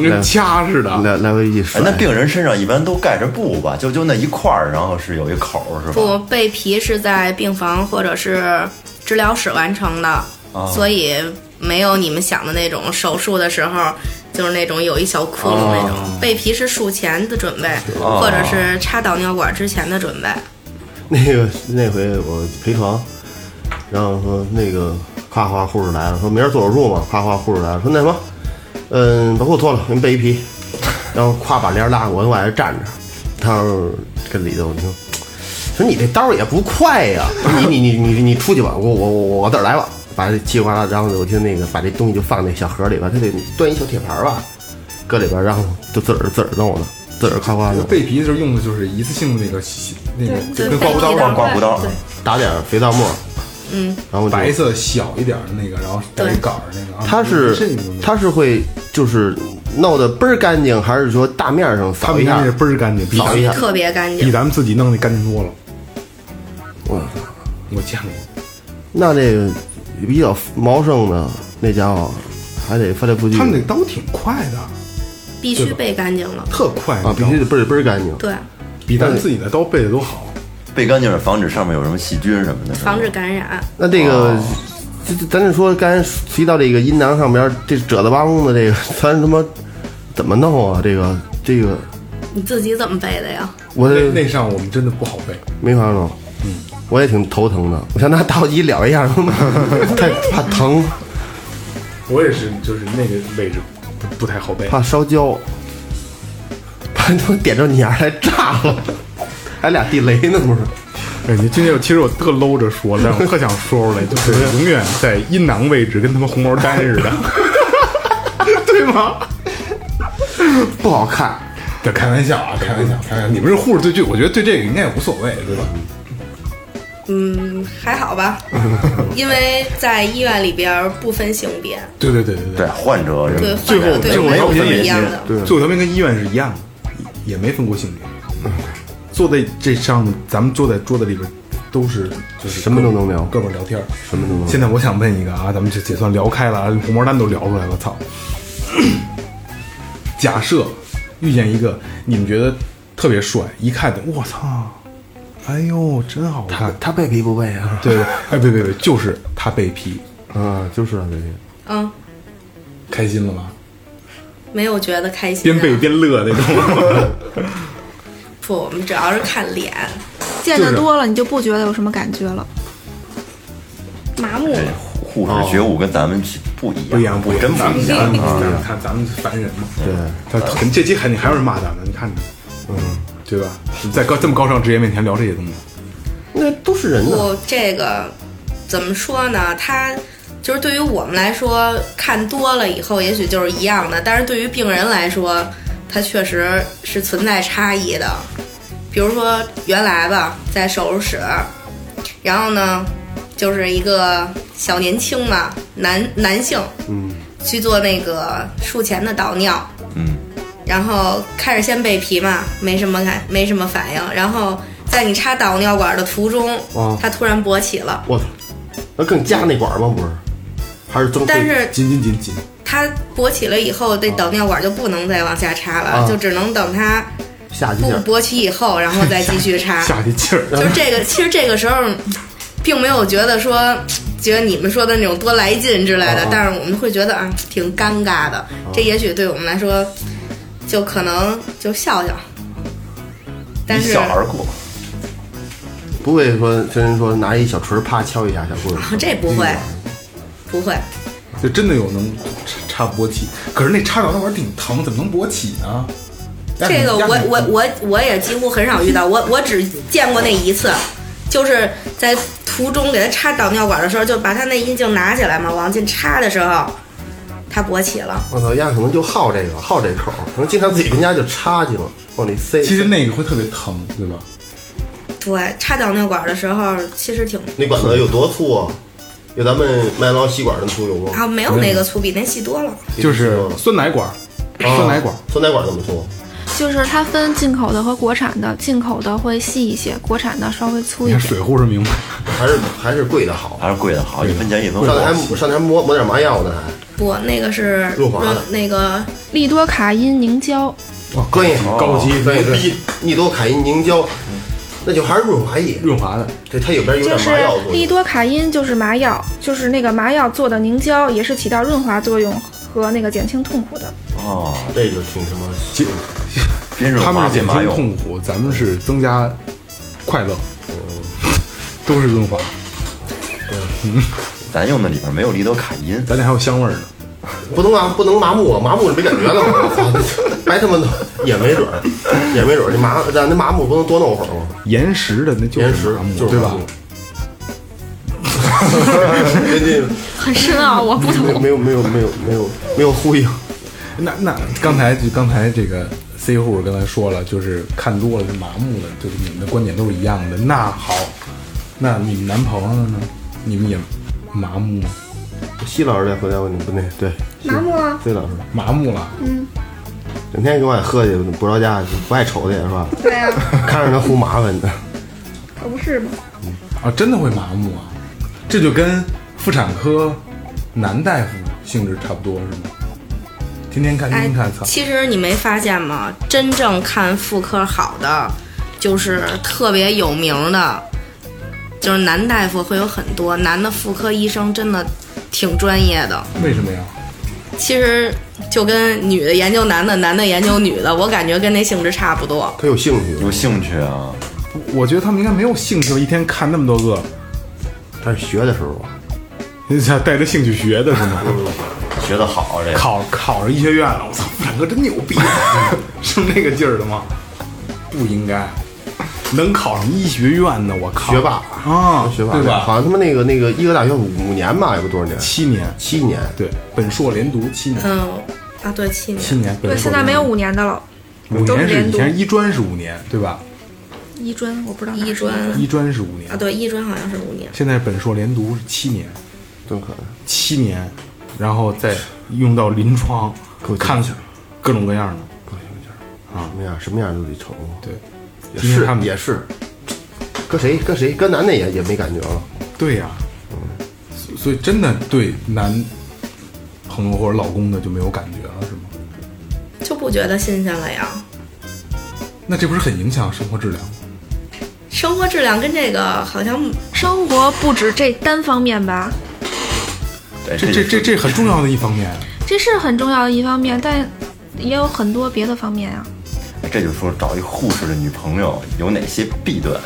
F: 跟掐似的，
L: 来来回一甩。
D: 哎那病人身上一般都盖着布吧，就就那一块儿，然后是有一口儿是吧？
H: 不，被皮是在病房或者是治疗室完成的，
D: 啊
H: 所以没有你们想的那种手术的时候。就是那种有一小窟窿那种，
D: 哦
H: 被皮是术前的准备，
D: 哦
H: 或者是插导尿管之前的准备。
E: [LAUGHS] 那个那回我陪床，然后说那个夸夸护士来了，说明儿做手术嘛，夸夸护士来了，说那什么，嗯，把裤子脱了，给你备一皮，然后夸把帘儿拉过，我外边站着，他说跟里头，你说，说你这刀也不快呀，你你你你你出去吧，我我我我自个儿来吧，把这叽里呱啦，然后我就那个把这东西就放那小盒里边，他得端一小铁盘儿吧，搁里边，然后就自个儿自个儿弄的，自个儿夸夸弄。
F: 背皮就是用的就是一次性的那个洗那个，
H: 对
F: 就跟
H: 对
F: 刮胡刀
H: 背皮刀刮胡刀对，
E: 打点肥皂沫，
H: 嗯，
E: 然后就
F: 白色小一点的那个，然后带一杆儿那个啊。
E: 它
F: 这
E: 是
F: 种东西
E: 它是会就是弄得倍儿干净，还是说大面上
F: 他
E: 扫
F: 们
E: 一
F: 家
E: 下
F: 是？倍儿干净，比
E: 扫一下
H: 特别干净
F: 比咱们自己弄的干净多了。
E: 我
F: 我见过，
E: 那这个比较茂盛的那家伙还得翻来覆去，
F: 他们那刀挺快的，
H: 必须备干净了。
F: 特快
E: 啊，必须得倍儿倍儿干净。
H: 对，
F: 比咱们自己的刀备的都好。
D: 备干净是防止上面有什么细菌什么的。是吧
H: 防止感染。
E: 那这个，这这咱就说刚才提到这个阴囊上边这褶子巴弓的这个， [LAUGHS] 咱他妈怎么弄啊？这个这个，
H: 你自己怎么备的呀？
E: 我
F: 那
E: 这
F: 那上我们真的不好备，
E: 没法弄。我也挺头疼的，我想拿刀机燎一 [LAUGHS] 下，太怕疼，
F: 我也是，就是那个位置不不太好备。
E: 怕烧焦，怕他妈点着你眼儿来炸了，还俩地雷呢不是？
F: 哎，你今天我其实我特搂着说，但是我特想说 [LAUGHS] 出来，就是永远在阴囊位置跟他妈红毛丹似 [LAUGHS] 的，对吗？
E: 不好看。
F: 这开玩笑啊，开玩笑，开玩笑。你们是护士，对这，我觉得对这个应该也无所谓，对吧？
H: 嗯，还好吧，因为在医院里边儿不分性别，
F: 对对对对对，
D: 患者
H: 对
F: 最后
H: 患者
F: 最后条
H: 对没有
F: 件
H: 分
F: 也
H: 一样的
F: 对，最后条件跟医院是一样的，也没分过性别。坐在这上，咱们坐在桌子里边，都是就是
E: 什么都能聊
F: 哥们儿聊天儿。
E: 什么都能。
F: 现在我想问一个啊，咱们这也算聊开了啊，红毛丹都聊出来了，操！ [COUGHS] 假设遇见一个你们觉得特别帅，一看就我操，哎呦，真好看！
E: 他背皮不背啊？
F: 对，哎，别别别，就是他被批，
E: 啊，就是啊，背皮。
H: 嗯，
F: 开心了吗？
H: 没有觉得开心、
F: 边
H: 啊。
F: 背边乐那种。
H: 不，我们主要是看脸，
C: 见得多了，你就不觉得有什么感觉了，
H: 麻木。
D: 对护士觉悟跟咱们不一样，
F: [LAUGHS] 不一样，不一
D: 真
F: 样，咱
D: 不
F: 们
D: 一
F: 咱
D: 样
F: 们
D: 啊！
F: 咱们看咱们是凡人嘛。
E: 对，
F: 他肯这期肯定还有人骂咱们，你看着，嗯，对吧？在高这么高尚职业面前聊这些东西，
E: [LAUGHS] 那都是人呢。
H: 不，哦这个怎么说呢？他就是对于我们来说，看多了以后也许就是一样的，但是对于病人来说，它确实是存在差异的。比如说原来吧，在手术室，然后呢，就是一个小年轻嘛，男男性，
E: 嗯，
H: 去做那个术前的导尿，
D: 嗯，
H: 然后开始先被皮嘛，没什么感，没什么反应。然后在你插导尿管的途中，
E: 哦
H: 它突然勃起了。
E: 我操，那更加那管儿吗？不是，还是增
H: 但是
F: 紧紧紧紧，
H: 它勃起了以后，这导尿管就不能再往下插了，
E: 啊
H: 就只能等它
E: 下去
H: 不
E: 劲儿。
H: 勃起以后，然后再继续插。
E: [LAUGHS]
F: 下去劲儿。
H: 就是这个，其实这个时候，并没有觉得说，觉得你们说的那种多来劲之类的，
E: 哦
H: 但是我们会觉得啊，挺尴尬的。这也许对我们来说，就可能就笑笑。但
D: 一
H: 是
D: 笑而过，
E: 不会说真人说拿一小锤儿啪敲一下小棍
H: 啊
E: 子，
H: [LAUGHS] 这不会，
E: 嗯
H: 不会，
F: 就真的有能插勃起，可是那插到那玩意儿挺疼，怎么能勃起呢？
H: 这个我我我我也几乎很少遇到，我我只见过那一次，就是在途中给他插导尿管的时候，就把他那阴茎拿起来嘛，往进插的时候，他勃起了。
E: 我操，丫可能就好这个，好这口儿，可能经常自己跟家就插去了，往里塞。
F: 其实那个会特别疼，对吧？
H: 对，插导尿管的时候其实挺
E: 那管子有多粗啊？有咱们麦当劳吸管那么粗有吗？
H: 啊，没有那个粗，比那细多了。
E: 嗯哦
F: 就是酸奶管儿，酸奶管儿，
E: 酸奶管这么粗，
C: 就是它分进口的和国产的，进口的会细一些，国产的稍微粗
F: 你
C: 一
F: 看
C: 点。
F: 水户是明白，
E: 还是还是贵的好，
D: 还是贵的好，一分钱一分
E: 上
D: 货
E: 次。还上次还抹抹点麻药呢，还
H: 不，那个是
E: 润滑的
H: 那个
C: 利多卡因凝胶，
E: 专业
F: 高级
E: 专业
F: 牛
E: 哦对，利多卡因凝胶，那就还是润滑液，
F: 润滑的，
E: 对，它有边有
C: 就
E: 点
C: 是
E: 麻药作
C: 利
E: 用，
C: 多卡因，就是麻药，就是那个麻药做的凝胶，也是起到润滑作用和那个减轻痛苦的。
D: 哦，
E: 这个挺什么，
D: 边润
F: 他们
D: 滑
F: 是
D: 边
F: 减
D: 麻
F: 轻
D: 用，
F: 痛苦，咱们是增加快乐，
E: 哦
F: 都是润滑。
D: 咱用的里边没有利多卡因，
F: 咱俩还有香味儿呢。
E: 不能麻不能麻木啊，麻木是没感觉了， [LAUGHS] 我操，白他妈弄也没准儿，也没准儿，这麻咱那麻木不能多弄会儿吗？ [LAUGHS]
F: 岩石的那就
E: 岩
F: 是
E: 石
F: 麻木，
E: 就是
F: 对
E: 麻
F: 吧
E: 木？这这
H: 很深奥，我不懂。
E: 没有没有没有没有没有没有呼应，
F: 那那刚才就刚才这个 C 户刚才说了，就是看多了是麻木的，就是你们的观点都是一样的。那好，那你们男朋友呢？你们也麻木吗？
E: 西老师再回答问你不对对，
K: 麻木啊，
E: C 老师
F: 麻木了，
K: 嗯，
E: 整天跟我爱喝去，不着家不爱瞅去是吧？
K: 对啊，
E: [LAUGHS] 看着他胡麻烦的，
K: 可不是吗？
F: 啊，真的会麻木啊？这就跟妇产科男大夫性质差不多是吗？天天看，天
H: 哎
F: 天看，操！
H: 其实你没发现吗？真正看妇科好的，就是特别有名的，就是男大夫会有很多，男的妇科医生真的挺专业的。
F: 为什么呀？
H: 其实就跟女的研究男的，男的研究女的，我感觉跟那性质差不多。
E: 他有兴趣，
D: 有兴趣啊？
F: 我觉得他们应该没有兴趣，一天看那么多个，
E: 但是学的时候吧，
F: 你想带着兴趣学的是吗？
D: 学得好这个。
F: 考考上医学院了，我操， [LAUGHS] 妇产科真牛逼，是那个劲儿的吗？不应该，能考上医学院的，我靠，
E: 学霸
F: 啊，
E: 学霸
F: 对吧？
E: 好像他们那个那个医科大学五年吧，也不多少年，
F: 七年，
E: 七年，
F: 对，本硕连读七年，
H: 嗯，啊，对，七年。
F: 七年，
C: 对，
F: 本硕
C: 现在没有
F: 连
C: 五年的了，
F: 读五
C: 都是
F: 年是
C: 连
F: 以
C: 读
F: 前医专是五年，对吧？
C: 医专我不知道哪是
H: 医专
F: 医专是五年
H: 啊，，对，医专好像是五年。
F: 现在本硕连读是七年，
E: 真可爱。
F: 七年，然后再用到临床，看各种各样的。
E: 什么样什么样都得瞅，
F: 对，
E: 也
F: 今天他
E: 是
F: 们
E: 也是，搁谁搁谁搁男的也也没感觉了，
F: 对呀、嗯所所以真的对男朋友或者老公的就没有感觉了，是吗？
H: 就不觉得新鲜了呀。
F: 那这不是很影响生活质量吗？
H: 生活质量跟这个好像
C: 生活不止这单方面吧，
D: 对
F: 这这这这很重要的一方面，
C: 这是很重要的一方面，但也有很多别的方面啊。
D: 哎这就说找一护士的女朋友有哪些弊端，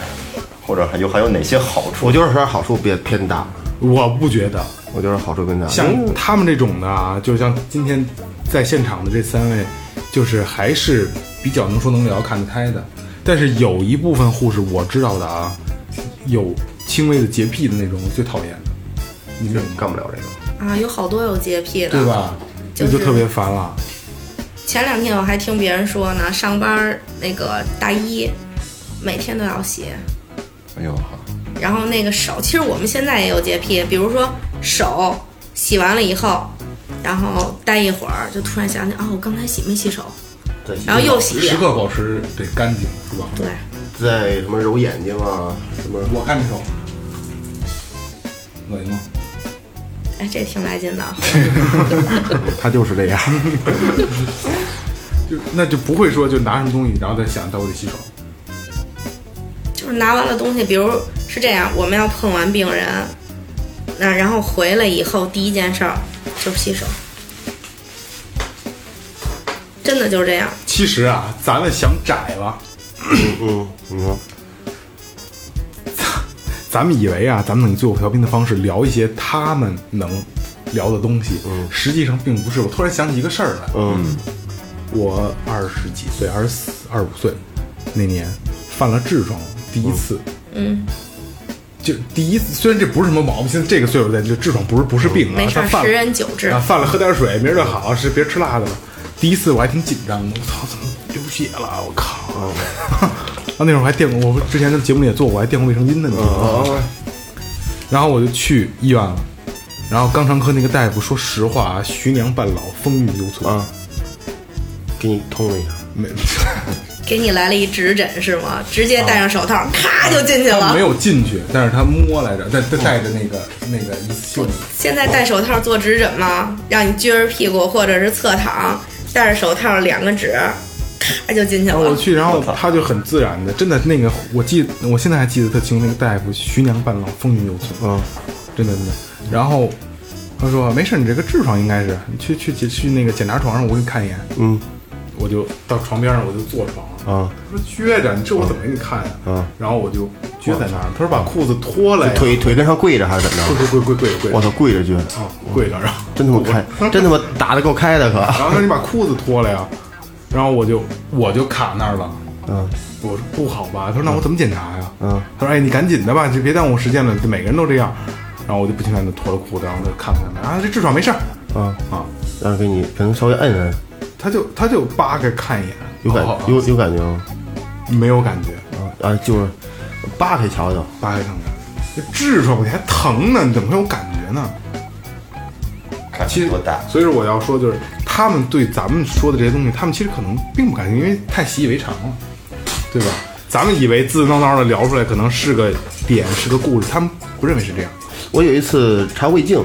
D: 或者还有还有哪些好处？
E: 我觉得它好处偏偏大，
F: 我不觉得。
E: 我觉得好处偏大，
H: 嗯
F: 像他们这种的啊，就像今天在现场的这三位，就是还是比较能说能聊、看得开的。但是有一部分护士我知道的啊，有轻微的洁癖的那种，我最讨厌的，你们有吗
E: 干不了这个，
H: 啊，有好多有洁癖的，
F: 对？吧？这
H: 啊就是
F: 就特别烦了。
H: 前两天我还听别人说呢，上班儿那个大衣每天都要洗，
D: 哎呦，
H: 然后那个手，其实我们现在也有洁癖，比如说手洗完了以后，然后待一会儿就突然想起，哦，我刚才洗没洗手，
E: 在洗
H: 然后又洗
F: 时
H: 脸，
F: 刻保持得干净，是吧？
H: 对，
E: 在什么揉眼睛啊，什么
F: 我看这首，恶心吗？
H: 哎，这挺来劲的。
E: 他就是这样，
F: [LAUGHS] 就那就不会说就拿什么东西，然后再想到我得洗手。
H: 就是拿完了东西，比如是这样，我们要碰完病人，那然后回来以后第一件事儿就是洗手，真的就是这样。
F: 其实啊，咱们想窄了，
E: 嗯，你说
F: 咱们以为啊，咱们能以最后调频的方式聊一些他们能聊的东西，
E: 嗯
F: 实际上并不是。我突然想起一个事儿来，
E: 嗯，
F: 我二十几岁，二十四、二十五岁那年犯了痔疮，第一次，
H: 嗯，
F: 就第一次，虽然这不是什么毛病，现在这个岁数在这痔疮不是不是病啊
H: 没，事
F: 但
H: 儿，
F: 犯
H: 十
F: 了
H: 人九痔
F: 啊，。犯了喝点水，明儿就好，是别吃辣的了。第一次我还挺紧张的，我操，怎么流血了？我靠！ [LAUGHS] 啊，那会儿还垫过，我之前在节目里也做过，我还垫过卫生巾呢，你知道吗？ [LAUGHS] 然后我就去医院了，然后肛肠科那个大夫说实话啊，徐娘半老，风韵犹存
E: 啊，给你通了一下，
F: 没 [LAUGHS]
H: 给你来了一指诊是吗？直接戴上手套，咔就进去了。
F: 啊没有进去，但是他摸来着，但他带着那个那个一次性的。
H: 现在戴手套做指诊吗？让你撅着屁股或者是侧躺，戴着手套两个指，咔就进去
F: 然哦后我
H: 了。
F: 去，然后他就很自然的，真的那个，我记，我现在还记得特清，那个大夫徐娘半老，风韵犹存，嗯，真的真的。然后他说没事，你这个痔疮应该是，你去去去去那个检查床上，我给你看一眼。
E: 嗯，
F: 我就到床边上，我就坐床上。
E: 啊
F: 他说撅着，你这我怎么给你看呀、
E: 啊，
F: 然后我就撅在那儿，他说把裤子脱了呀，
E: 腿腿跟上跪着还是怎么着？
F: 跪跪跪跪跪，
E: 我操，跪着撅，
F: 跪着，然后
E: 真他妈开，
F: [LAUGHS]
E: 真他妈打的够开的可。
F: 然后他说你把裤子脱了呀，然后我就我就卡那儿了。
E: 嗯，
F: 我说不好吧？他说那我怎么检查呀？
E: 嗯，
F: 他说哎，你赶紧的吧，就别耽误时间了，每个人都这样。然后我就不情愿的脱了裤子，然后他看了看他，啊，这痔疮没事儿。
E: 啊
F: 啊，
E: 然后给你可能稍微摁摁，
F: 他就他就扒开看一眼，
E: 有感
F: 哦
E: 有有感觉吗？
F: 没有感觉
E: 啊啊，就是扒开瞧瞧，
F: 扒开看看，这痔疮你还疼呢，你怎么会有感觉呢？其实多大？所以说我要说就是，他们对咱们说的这些东西，他们其实可能并不感兴趣，因为太习以为常了，对吧？咱们以为自自闹闹的聊出来，可能是个点，是个故事，他们不认为是这样。
E: 我有一次查胃镜，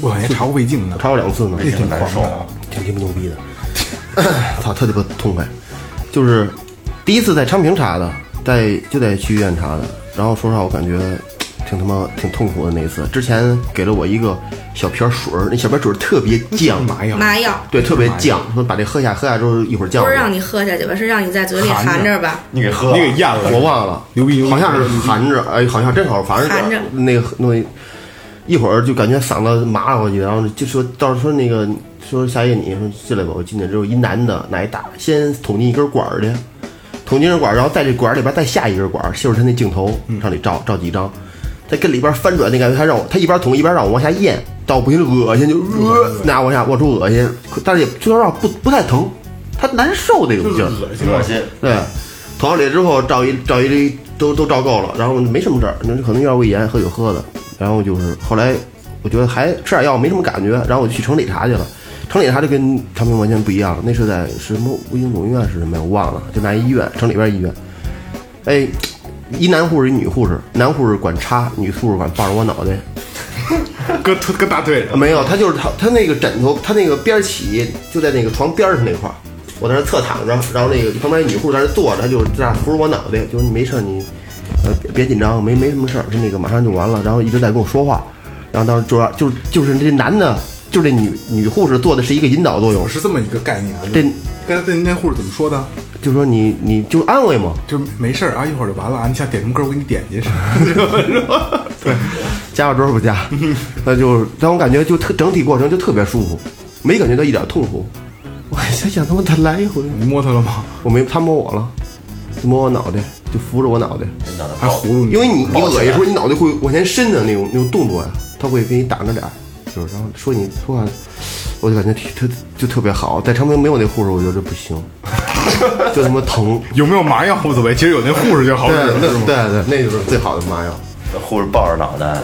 F: 我好像查过胃镜呢，
E: 查过两次呢，
F: 那挺难受啊，
E: 挺鸡巴牛逼的， [CLEARS THROAT] 操，特鸡巴痛快。就是第一次在昌平查的，在就在区医院查的，然后说实话，我感觉挺他妈挺痛苦的那一次。之前给了我一个小瓶水儿，那小瓶水儿特别犟，
F: 麻药
H: 麻药
E: 对，特别犟，说把这喝下，喝下之后一会儿降。
H: 不是让你喝下去吧，是让你在嘴里含着吧？
E: 你给喝了，
F: 你给咽了
E: 我忘了，
F: 牛逼，
E: 好像是含着，哎，好像正好反正
H: 含着
E: 那个那个一会儿就感觉嗓子麻了过去，然后就说到时候说那个说夏夜你说进来吧，我进去之后一男的拿一大先捅进一根管儿去，捅进一根管儿，然后在这管儿里边再下一根管儿，就是他那镜头
F: 嗯
E: 上里照照几张，再跟里边翻转那感觉，他让我他一边捅一边让我往下咽，到不行恶心就
F: 嗯
E: 呃，那往下往出恶心，可但是也就让不不太疼，他难受那种劲儿，
F: 恶心恶心
E: 对。捅到里之后照一照一都都照够了，然后没什么事儿，那可能有点胃炎，喝酒喝的。然后就是后来我觉得还吃点药没什么感觉，然后我就去城里查去了。城里查就跟昌平完全不一样，那是在什么武警总医院是什么呀？我忘了，就那一医院，城里边医院。哎，一男护士一女护士，男护士管插，女护士管抱着我脑袋。
F: 搁腿搁大腿上
E: 没有，他就是他他那个枕头，他那个边儿起就在那个床边儿上那块儿，我在那侧躺着，然后那个旁边女护士在那坐着，她就是这样扶着我脑袋，就是你没事儿你，呃别别紧张，没没什么事儿，就那个马上就完了，然后一直在跟我说话，然后当时主要就是就是这男的，就是这女女护士做的是一个引导作用，
F: 是这么一个概念啊。
E: 这
F: 刚才那护士怎么说的？
E: 就说你你就安慰嘛，
F: 就没事儿啊，一会儿就完了啊。你想点什么歌，我给你
E: [LAUGHS]
F: 点去。对，
E: 加药之后不 [LAUGHS] 加，那就是让我感觉就特整体过程就特别舒服，没感觉到一点痛苦。我还想想他妈再来一回，
F: 你摸他了吗？
E: 我没，他摸我了，就摸我脑袋，就扶着我脑袋，
F: 还葫芦你
E: 因为你你
F: 抱起
E: 恶
F: 来
E: 心时候，你脑袋会往前伸的那种那种动作呀、他会给你挡着点儿，就是然后说你说话，我就感觉特特就特别好。在昌平没有那护士，我觉得不行， [LAUGHS] 就他妈疼。
F: 有没有麻药无所谓，其实有那护士 [LAUGHS] 就好使
E: 对
F: 了，
E: 对
F: 是吗？
E: 对，那就是最好的麻药。
D: 护士抱着脑袋，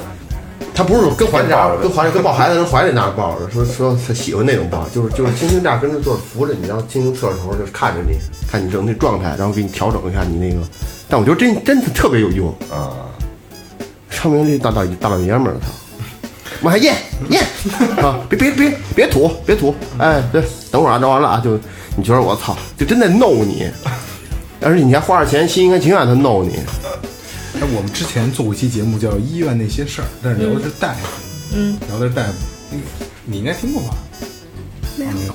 E: 他不是跟怀里那跟怀里跟抱孩子人怀里那样抱着，说说他喜欢那种抱，就是就是轻轻这样跟着坐着扶着你，然后轻轻侧着头就是看着你，看你整体状态，然后给你调整一下你那个。但我觉得真真的特别有用
D: 啊！
E: 昌明这大大大老爷们儿，他往下咽咽啊！别别别别吐别吐！哎，对，等会儿啊，弄完了啊，就你觉得我操，就真在弄你，而且你还花着钱，心甘情愿的弄你。
F: 哎，我们之前做过一期节目叫《医院那些事儿》，但是聊的是大夫，
H: 嗯，
F: 聊的是大夫，那个你应该听过吧？啊
H: 没有
F: 没有，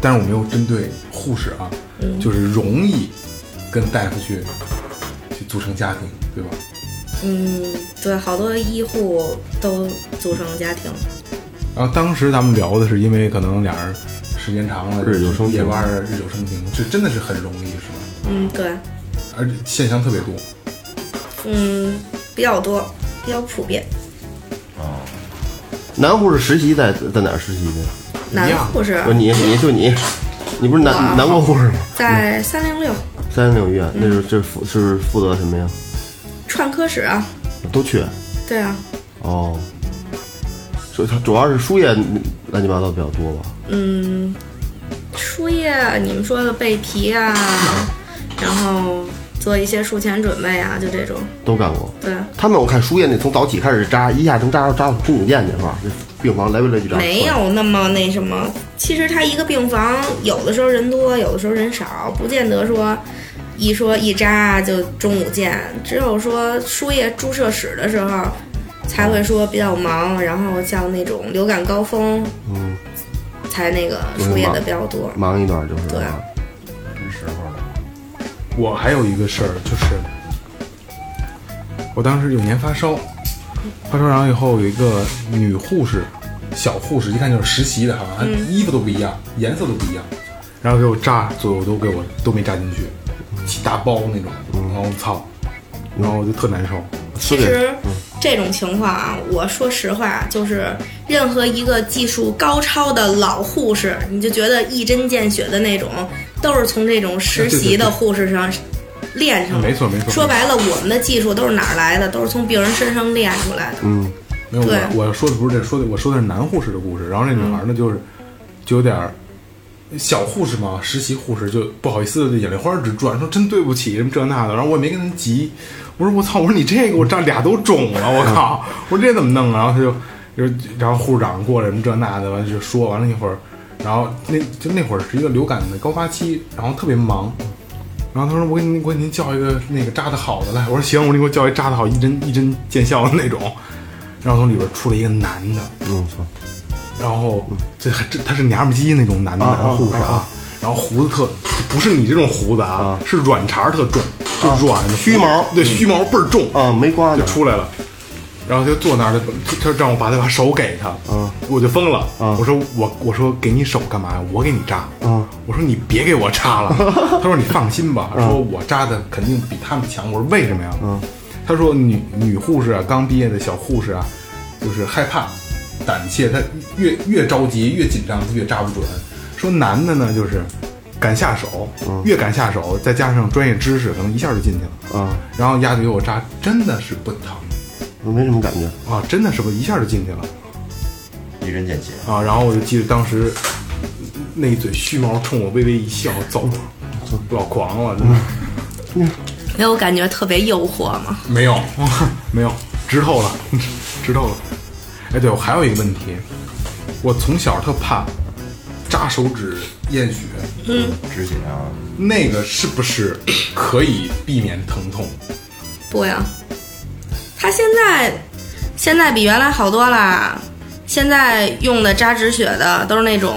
F: 但是我没有针对护士啊，
H: 嗯
F: 就是容易跟大夫去去组成家庭，对吧？
H: 嗯，对，好多医护都组成家庭，
F: 然后当时咱们聊的是，因为可能俩人时间长了，
E: 日久生情
F: 夜班儿日久生情，这真的是很容易，是吧？
H: 嗯，对，
F: 而且现象特别多。
H: 嗯，比较多，比较普遍。
E: 男护士实习在在哪儿实习的？
H: 男护士
E: 不是你你就你，你不是
H: 我
E: 男男过护士吗？
H: 在三零六
E: 三十六医院，那是这负是负责什么呀？
H: 串科室啊，
E: 都去
H: 对啊，
E: 哦。所以他主要是输液乱七八糟比较多吧？
H: 嗯，
C: 输液，你们说的备皮啊，然后做一些术前准备啊，就这种。
E: 都干过。
C: 对，
E: 他们我看输液那从早起开始扎，一下能扎到扎到宫颈炎那块儿，那病房来回来去扎。
C: 没有那么那什么。其实他一个病房，有的时候人多，有的时候人少，不见得说一说一扎就中午见。只有说输液注射室的时候，才会说比较忙，然后像那种流感高峰
E: 嗯，
C: 才那个
E: 就是
C: 输液
E: 忙
C: 的比较多。
E: 忙一段就是。
C: 对，啊
F: 我还有一个事儿就是，我当时有年发烧，发烧然后以后有一个女护士，小护士一看就是实习的哈，
M: 嗯
F: 衣服都不一样，颜色都不一样，然后给我扎左右都给我都没扎进去，起大包那种，然后操，然后我就特难受。
C: 其实
F: 嗯
C: 这种情况啊，我说实话，就是任何一个技术高超的老护士，你就觉得一针见血的那种，都是从这种实习的护士上练上
F: 嗯
C: 来的。
F: 没错没错
C: 说白了，我们的技术都是哪儿来的？都是从病人身上练出来的。
F: 嗯，没有
C: 对
F: 我我说的不是这，说的我说的是男护士的故事。然后那女孩呢，就是就有点儿小护士嘛，实习护士就不好意思的眼泪花儿直转，说真对不起什么这那的。然后我也没跟她急，我说我操，我说你这个我这俩都肿了，我靠，我说这怎么弄啊？然后她就就是然后护士长过来什么这那的，完了就说完了一会儿，然后那就那会儿是一个流感的高发期，然后特别忙。然后他说：“我给您，我给您叫一个那个扎的好的来。”我说：“行，我给你给我叫一扎的好，一针一针见效的那种。”然后从里边出来一个男的，
E: 嗯，
F: 然后这还这他是娘们儿鸡那种男的
E: 啊
F: 男护士
E: 啊啊
F: 啊，然后胡子特不是你这种胡子啊，是软茬儿特重，就软的
E: 须啊毛
F: 对须毛倍儿重
E: 啊，没刮
F: 就出来了。然后他就坐那儿，他他让我把他把手给他，嗯，我就疯了，我说我我说给你手干嘛呀？我给你扎，
E: 嗯，
F: 我说你别给我扎了，他说你放心吧，说我扎的肯定比他们强。我说为什么呀？
E: 嗯
F: 他说女女护士啊，刚毕业的小护士啊，就是害怕、胆怯，她越越着急越紧张越扎不准。说男的呢，就是敢下手，越敢下手，再加上专业知识，可能一下就进去了。
E: 啊，
F: 然后丫就给我扎，真的是不疼
E: 我没什么感觉。
F: 啊，真的是不一下就进去了。
D: 一针见血。
F: 啊，然后我就记得当时那一嘴须毛冲我微微一笑，走了，老狂了，真的
C: 没有感觉特别诱惑吗？
F: 没有， [LAUGHS] 没有，直透了， [LAUGHS] 直透了。哎，对，我还有一个问题，我从小特怕扎手指验血，
C: 嗯，
D: 止血啊，
F: 那个是不是可以避免疼痛？
C: 不呀，啊他现在现在比原来好多啦。现在用的扎止血的都是那种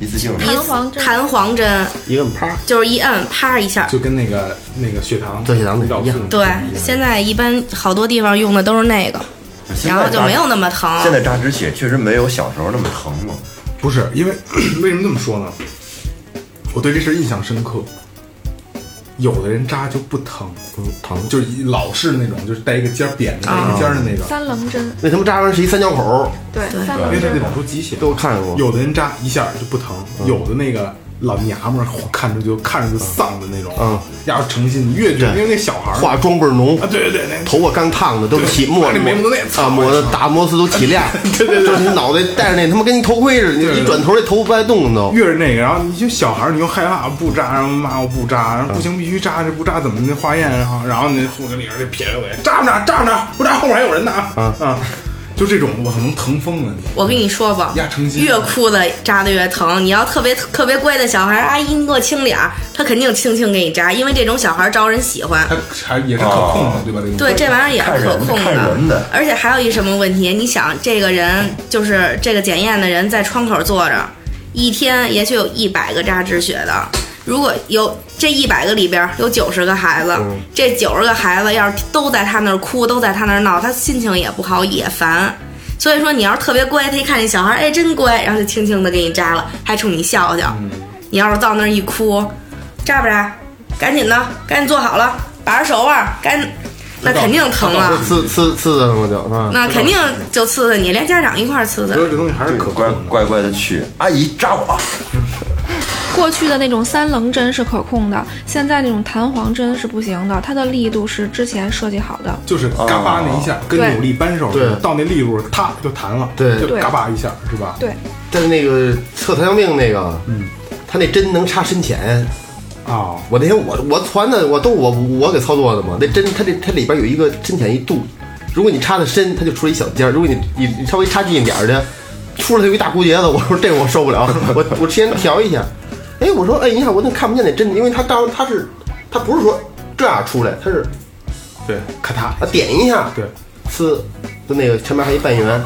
D: 一次性
C: 弹簧针，弹簧针
E: 一摁啪，
C: 就是一摁，啪一下
F: 就。跟那个那个血糖对血糖一样。
C: 对，现在一般好多地方用的都是那个，然后就没有那么疼。
D: 现在扎止血确实没有小时候那么疼了。
F: 不是因为 [CLEARS THROAT] 为什么这么说呢？我对这事儿印象深刻。有的人扎就不嗯疼，
E: 疼
F: 就是一老式那种，就是带一个尖儿扁的、带一个尖儿的那
C: 啊
F: 个。
N: 三棱针，
E: 那他们扎完是一三角口儿，
N: 对，三
F: 因
N: 棱
F: 为它
N: 针
F: 得往出挤血，
E: 都看过。
F: 有的人扎一下就不疼，有的那个老娘们儿嚯看着就看着就丧的那种，
E: 嗯，
F: 要是诚心，你越觉得因为那小孩儿
E: 化妆倍儿浓
F: 啊，对对对，那
E: 头发刚烫的都起沫
F: 那
E: 了，
F: 眉毛都那
E: 啊，抹的打摩丝都起亮， [LAUGHS] 对对对，就是你脑袋戴着那他妈跟你头盔似的，你一转头那头发不带动的都。
F: 越是那个，然后你就小孩儿，你又害怕啊不扎，然后妈我不扎，然后不行必须扎，这不扎怎么那化验？然后然后那护士里边儿就撇着嘴，扎不扎？扎不扎？不扎后面还有人呢啊啊！就这种，我可能疼疯了你。
C: 我跟你说吧
F: 压成，心
C: 越哭的扎的越疼。你要特别特别乖的小孩，阿姨你给我清点儿，他肯定轻轻给你扎，因为这种小孩招人喜欢。
F: 它还也是可控的，对吧？这个
C: 对，这玩意儿也是可控
D: 看人的看人的
C: 而且还有一什么问题？你想，这个人就是这个检验的人在窗口坐着，一天也许有一百个扎止血的。如果有这一百个里边有九十个孩子，
D: 嗯
C: 这九十个孩子要是都在他那儿哭，都在他那儿闹，他心情也不好，也烦。所以说，你要是特别乖，他一看这小孩，哎，真乖，然后就轻轻的给你扎了，还冲你笑笑。
D: 嗯
C: 你要是到那儿一哭，扎不扎？赶紧的，赶紧做好了，把着手腕儿，赶紧，那肯定疼啊，
E: 刺刺刺的我就啊，
C: 那肯定就刺刺你，连家长一块儿刺刺。
F: 这东西还
D: 是可乖乖乖的去，阿姨扎我啊！
N: 过去的那种三棱针是可控的，现在那种弹簧针是不行的，它的力度是之前设计好的。
F: 就是嘎巴那一下，跟
N: 对
F: 扭力扳手似的
E: 对
F: 到那力度，啪就弹了，
E: 对
F: 就嘎巴一下，是吧？
N: 对，
E: 但是那个测糖尿病那个，嗯，他那针能插深浅。
F: 哦，
E: 我那天我我传的我都我我给操作的嘛，那针它这它里边有一个深浅一度，如果你插的深，它就出来一小尖儿；如果你你你稍微插近一点儿的，出来有一大骨节子，我说这我受不了，我我先调一下。哎，我说哎，你看我那看不见那针，因为它当它是它不是说这样出来，它是
F: 对咔嗒
E: 啊点一下，
F: 对，
E: 呲，就那个前面还一半圆。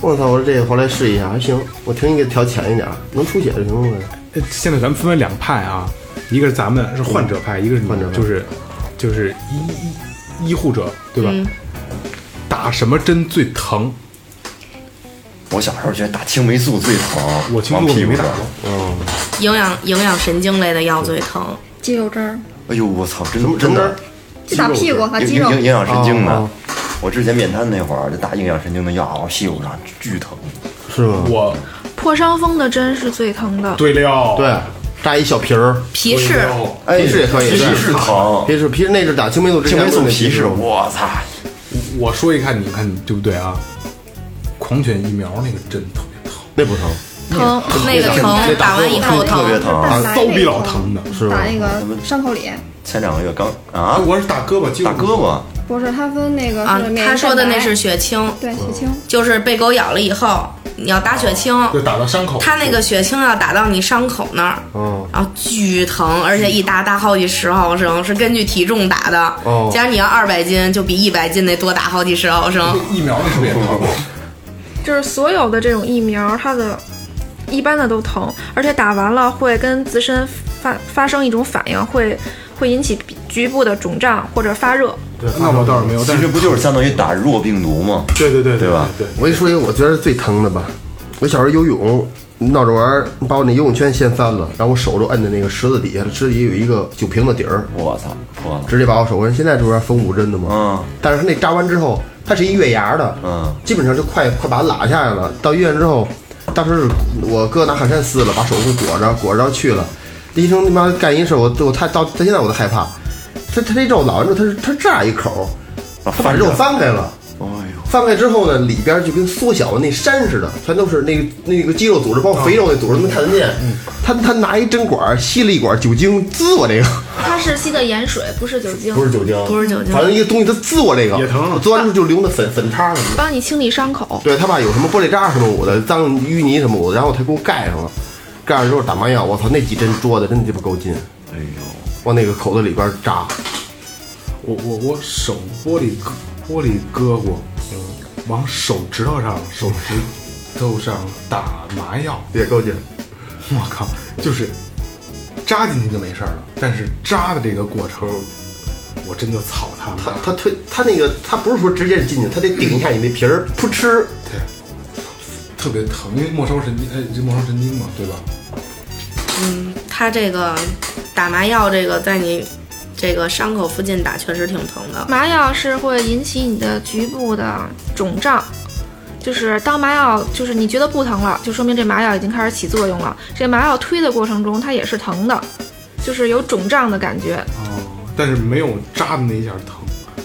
E: 我操！我说这个回来试一下，还行。我听你给调浅一点儿，能出血就行了呗。
F: 呃现在咱们分为两派啊，一个是咱们是患者派，一个是你们就是就是医医医护者，对吧？
H: 嗯
F: 打什么针最疼？
D: 我小时候觉得打青霉素最疼，
F: 我青霉素
D: 往屁
F: 我
D: 股
F: 没打
D: 上
F: 过。
D: 嗯，
H: 营养营养神经类的药最疼，
K: 肌肉针儿，
D: 哎呦我操，真真的
K: 就打屁股打
D: 营
K: 肌
D: 营
K: 肉，
D: 营养神经
F: 哦
D: 的。我之前面瘫那会儿，就打营养神经的药，我哦屁股上巨疼。
E: 是吗？
F: 我
C: 破伤风的针是最疼的。
F: 对了，
E: 对，扎一小皮儿，
H: 皮试
E: 哎皮试也可以，
D: 皮试
E: 对
D: 是疼
E: 皮试皮试那是打青霉素之前
D: 啊青霉素
E: 用的
D: 皮试，
E: 试，
D: 我操！
F: 我我说一看，你看对不对啊？狂犬疫苗那个针特别疼，
E: 那不疼，
H: 疼那个疼，打完以后
D: 特别
H: 疼。
D: 疼
K: 打
D: 啊！
K: 哪
F: 骚
K: 里
F: 逼老疼的，
E: 是吧
K: 打？那个伤口里，
D: 前两个月刚啊，
F: 我是打胳膊，肌肉
D: 打胳膊，
K: 不是它分那个
H: 啊
K: 是，免疫
H: 他说的
K: 蛋白
H: 那是血清，
K: 对血清，
H: 就是被狗咬了以后，你要打血清，
F: 就打到伤口。
H: 它那个血清要打到你伤口那儿，
E: 嗯，
H: 然后巨疼，而且一打打好几十毫升，是根据体重打的。
E: 哦
H: 假如你要二百斤，就比一百斤那多打好几十毫升。
D: 啊
F: 疫苗那特别疼，
C: 就是所有的这种疫苗，它的一般的都疼，而且打完了会跟自身发发生一种反应，会会引起局部的肿胀或者发热。
E: 对，
F: 那我倒是没有，
D: 其
F: 哦但
D: 实
F: 是
D: 不就是相当于打弱病毒吗？
F: 对对对
D: 对吧
F: 对，
E: 我跟你说一个我觉得最疼的吧，我小时候游泳闹着玩儿，把我那游泳圈掀翻了，然后我手都摁在那个石子底下，石子底下有一个酒瓶子底儿，
D: 我操，破了，
E: 直接把我手纹。现在这不是缝五针的吗？
D: 嗯
E: 但是他那扎完之后，它是一月牙的，
D: 嗯，
E: 基本上就快快把它拉下来了。到医院之后，当时是我哥拿汗衫撕了，把手给裹着，裹着去了。医生他妈干一事，我我他到他现在我都害怕。他他这肉老完之后，他是他是这样一口，
D: 啊
E: 他把肉翻开了，
D: 哎呦，
E: 翻开之后呢，里边就跟缩小的那山似的，全都是那个那个肌肉组织，
D: 啊
E: 包括肥肉那组织，能看得见。
D: 嗯
E: 他他拿一针管吸了一管酒精，滋我这个。
C: 它是吸的盐水，不是酒精，
E: 不是酒精，
H: 不是酒精
E: 反正一个东西它滋我这个
F: 也疼
E: 滋完之后就流那粉粉汤什么的。
C: 帮你清理伤口。
E: 对他爸有什么玻璃渣什么捂的，脏淤泥什么捂的，然后他给我盖上了，盖上之后打麻药，我操，那几针捉的真鸡巴够劲，
D: 哎呦，
E: 往那个口子里边扎，
F: 我我我手玻璃割玻璃割过，嗯往手指头上手指头上打麻药，
E: 也够劲。
F: 我靠，就是扎进去就没事儿了，但是扎的这个过程，我真就操他
E: 他
F: 妈！
E: 他推他那个他不是说直接进去，他得顶一下你那皮儿，噗嗤，
F: 对，特别疼，因为末梢神经，哎，这末梢神经嘛，对吧？
H: 它这个打麻药，这个在你这个伤口附近打，确实挺疼的。
C: 麻药是会引起你的局部的肿胀，就是当麻药就是你觉得不疼了，就说明这麻药已经开始起作用了。这麻药推的过程中，它也是疼的，就是有肿胀的感觉。
F: 哦，但是没有扎的那一下疼，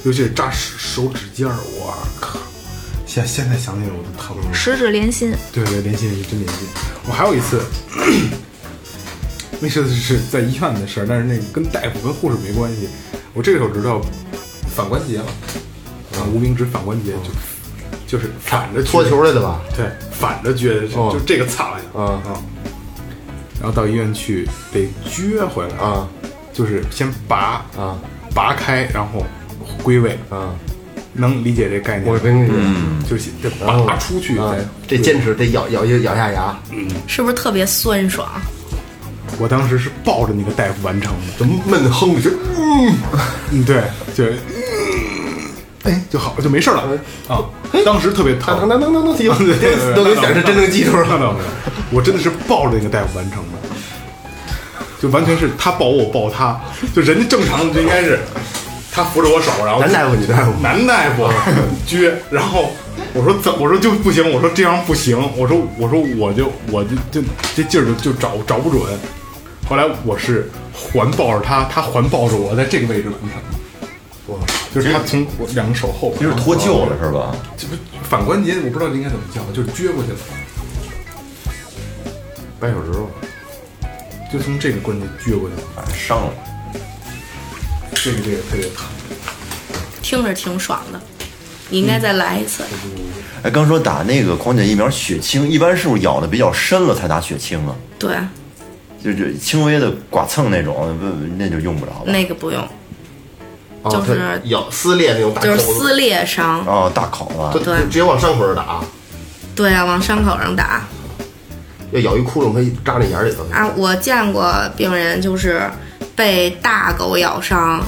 F: 尤其是扎手手指尖儿，我靠！现现在想起来我都疼。
C: 十指连心，
F: 对对，联系人真联系。我还有一次， [CLEARS THROAT] 那次是在医院的事儿，但是那个跟大夫跟护士没关系。我这个手指头反关节了，啊，无名指反关节就就是反着撅
E: 搓哦球来的吧？
F: 对，反着撅的，
E: 哦
F: 就这个擦了
E: 嗯
F: 啊。然后到医院去被撅回来
E: 啊，
F: 就是先拔
E: 啊
F: 拔开，然后归位，
E: 啊，
F: 能理解这概念吗？
E: 我跟你讲，
F: 就是得
E: 然后
F: 拔出去
E: 啊
F: 再
E: 这坚持得咬咬咬下牙，
H: 是不是特别酸爽？
F: 我当时是抱着那个大夫完成的，
E: 就闷哼着，
F: 嗯，对，就，哎，就好，就没事了啊。当时特别疼
E: 当，当当当当当，
F: [LAUGHS]
E: 都给显示真正技术
F: 看到没有？我真的是抱着那个大夫完成的，就完全是他抱我，我抱他，就人家正常的就应该是他扶着我手，然后
E: 男大夫女大夫
F: 男大夫撅， [LAUGHS] 然后我说怎，我说就不行，我说这样不行，我说我说我就我就就这劲儿就就找找不准。后来我是环抱着他，他环抱着我，在这个位置完成的。
E: 哇，
F: 就是他从我两个手后边，
D: 就是脱臼了是吧？
F: 这不反关节，我不知道应该怎么叫，就是撅过去了。
E: 掰手指头。
F: 就从这个关节撅过去了，
D: 啊伤了。
F: 这个这个特别疼。
C: 听着挺爽的，你应该再来一次。
E: 嗯
D: 哎，刚说打那个狂犬疫苗血清，一般是不是咬的比较深了才打血清啊？
C: 对，
D: 就是轻微的剐蹭那种，不那就用不着了。
C: 那个不用，就是
E: 啊咬撕裂啊那种打口
C: 就
E: 子，
C: 是撕裂伤。
D: 哦，大口子，
E: 就就直接往伤口上打，
C: 对啊，往伤口上打
E: 要咬一窟窿，可以扎那眼儿里头。
C: 啊！我见过病人就是被大狗咬伤，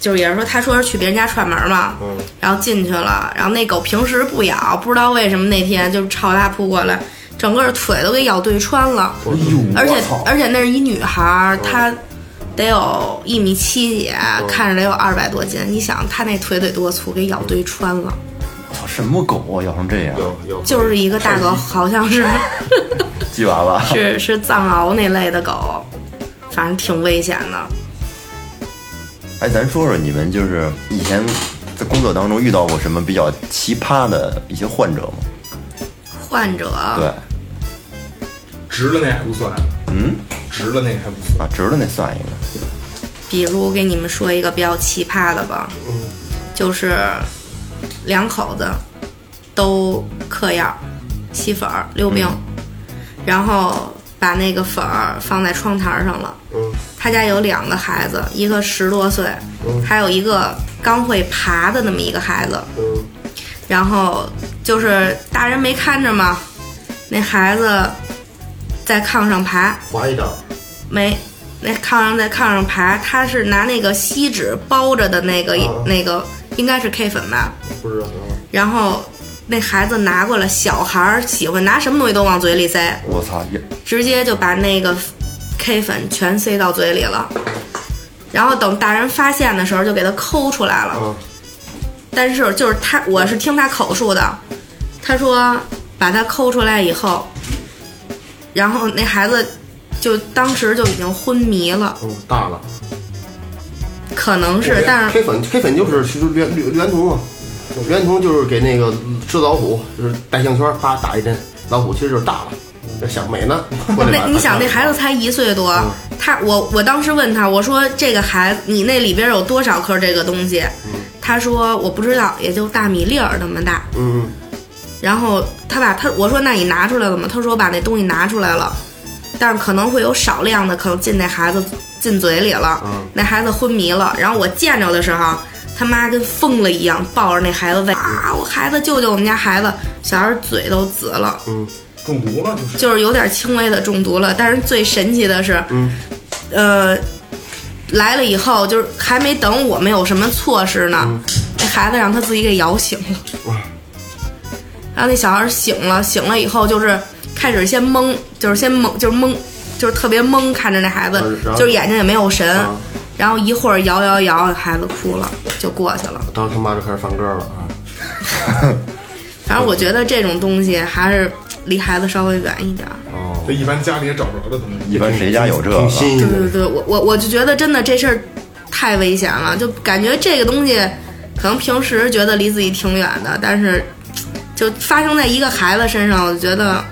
C: 就是也是说，他说是去别人家串门嘛，
E: 嗯，
C: 然后进去了，然后那狗平时不咬，不知道为什么那天就朝他扑过来，整个腿都给咬对穿了。而且而且那是一女孩儿，她得有一米七几，看着得有二百多斤。你想，她那腿得多粗，给咬对穿了，
D: 操，什么狗啊，咬成这样？
C: 就是一个大狗，好像是
D: 鸡娃娃。
C: 是是藏獒那类的狗，反正挺危险的。
D: 哎，咱说说你们就是以前在工作当中遇到过什么比较奇葩的一些患者吗？
C: 患者
D: 对，
F: 直的那还不算，
D: 嗯，
F: 直的那个还不算
D: 啊，直的那算一个。
C: 比如给你们说一个比较奇葩的吧，就是两口子都嗑药、吸粉儿、溜冰，然后把那个粉儿放在窗台上了。
E: 嗯，
C: 他家有两个孩子，一个十多岁，
E: 嗯
C: 还有一个刚会爬的那么一个孩子。
E: 嗯，
C: 然后就是大人没看着嘛，那孩子在炕上爬，
E: 划一张，
C: 没，那炕上在炕上爬，他是拿那个锡纸包着的那个、那个，应该是 K 粉吧。
E: 不知道。
C: 然后那孩子拿过来，小孩儿喜欢拿什么东西都往嘴里塞，
D: 我操，也
C: 直接就把那个 K 粉全塞到嘴里了。然后等大人发现的时候，就给他抠出来了。但是就是他，我是听他口述的，他说把他抠出来以后，然后那孩子就当时就已经昏迷了，
E: 嗯，大了。
C: 可能是，但
E: 黑
C: 是
E: 粉黑粉就是其实绿绿绿原酮嘛，绿原酮就是给那个嗯吃老虎，就是带项圈，啪打一针，老虎其实就是大了，这想美
C: [LAUGHS]
E: 呢。过来
C: 那
E: 把
C: 你想那孩子才一岁多，他我我当时问他，我说这个孩子你那里边有多少颗这个东西？他说我不知道，也就大米粒儿那么大。
E: 嗯，
C: 然后他把他我说那你拿出来了吗？他说我把那东西拿出来了，但是可能会有少量的可能进那孩子进嘴里了，
E: 嗯
C: 那孩子昏迷了。然后我见着的时候，他妈跟疯了一样抱着那孩子喂啊，我孩子救救我们家孩子，小孩嘴都紫了，
E: 嗯，
F: 中毒了就是。
C: 就是有点轻微的中毒了。但是最神奇的是，
E: 嗯，
C: 呃，来了以后就是还没等我们有什么措施呢，
E: 嗯
C: 那孩子让他自己给摇醒了。然后那小孩醒了，醒了以后就是开始先懵，就是先懵，就是懵，就是特别懵，看着那孩子
E: 嗯然，后
C: 就是眼睛也没有神。
E: 啊
C: 然后一会儿摇摇摇，孩子哭了，就过去了。
E: 当时他妈就开始放歌了啊。
C: 反正我觉得这种东西还是离孩子稍微远一点儿。
E: 哦，
F: 这一般家里也找不着的东西。
D: 一般谁家有这个
E: 挺？新
C: 对
E: 颖的
C: 对对，我我我就觉得真的这事儿太危险了，就感觉这个东西可能平时觉得离自己挺远的，但是就发生在一个孩子身上，我觉得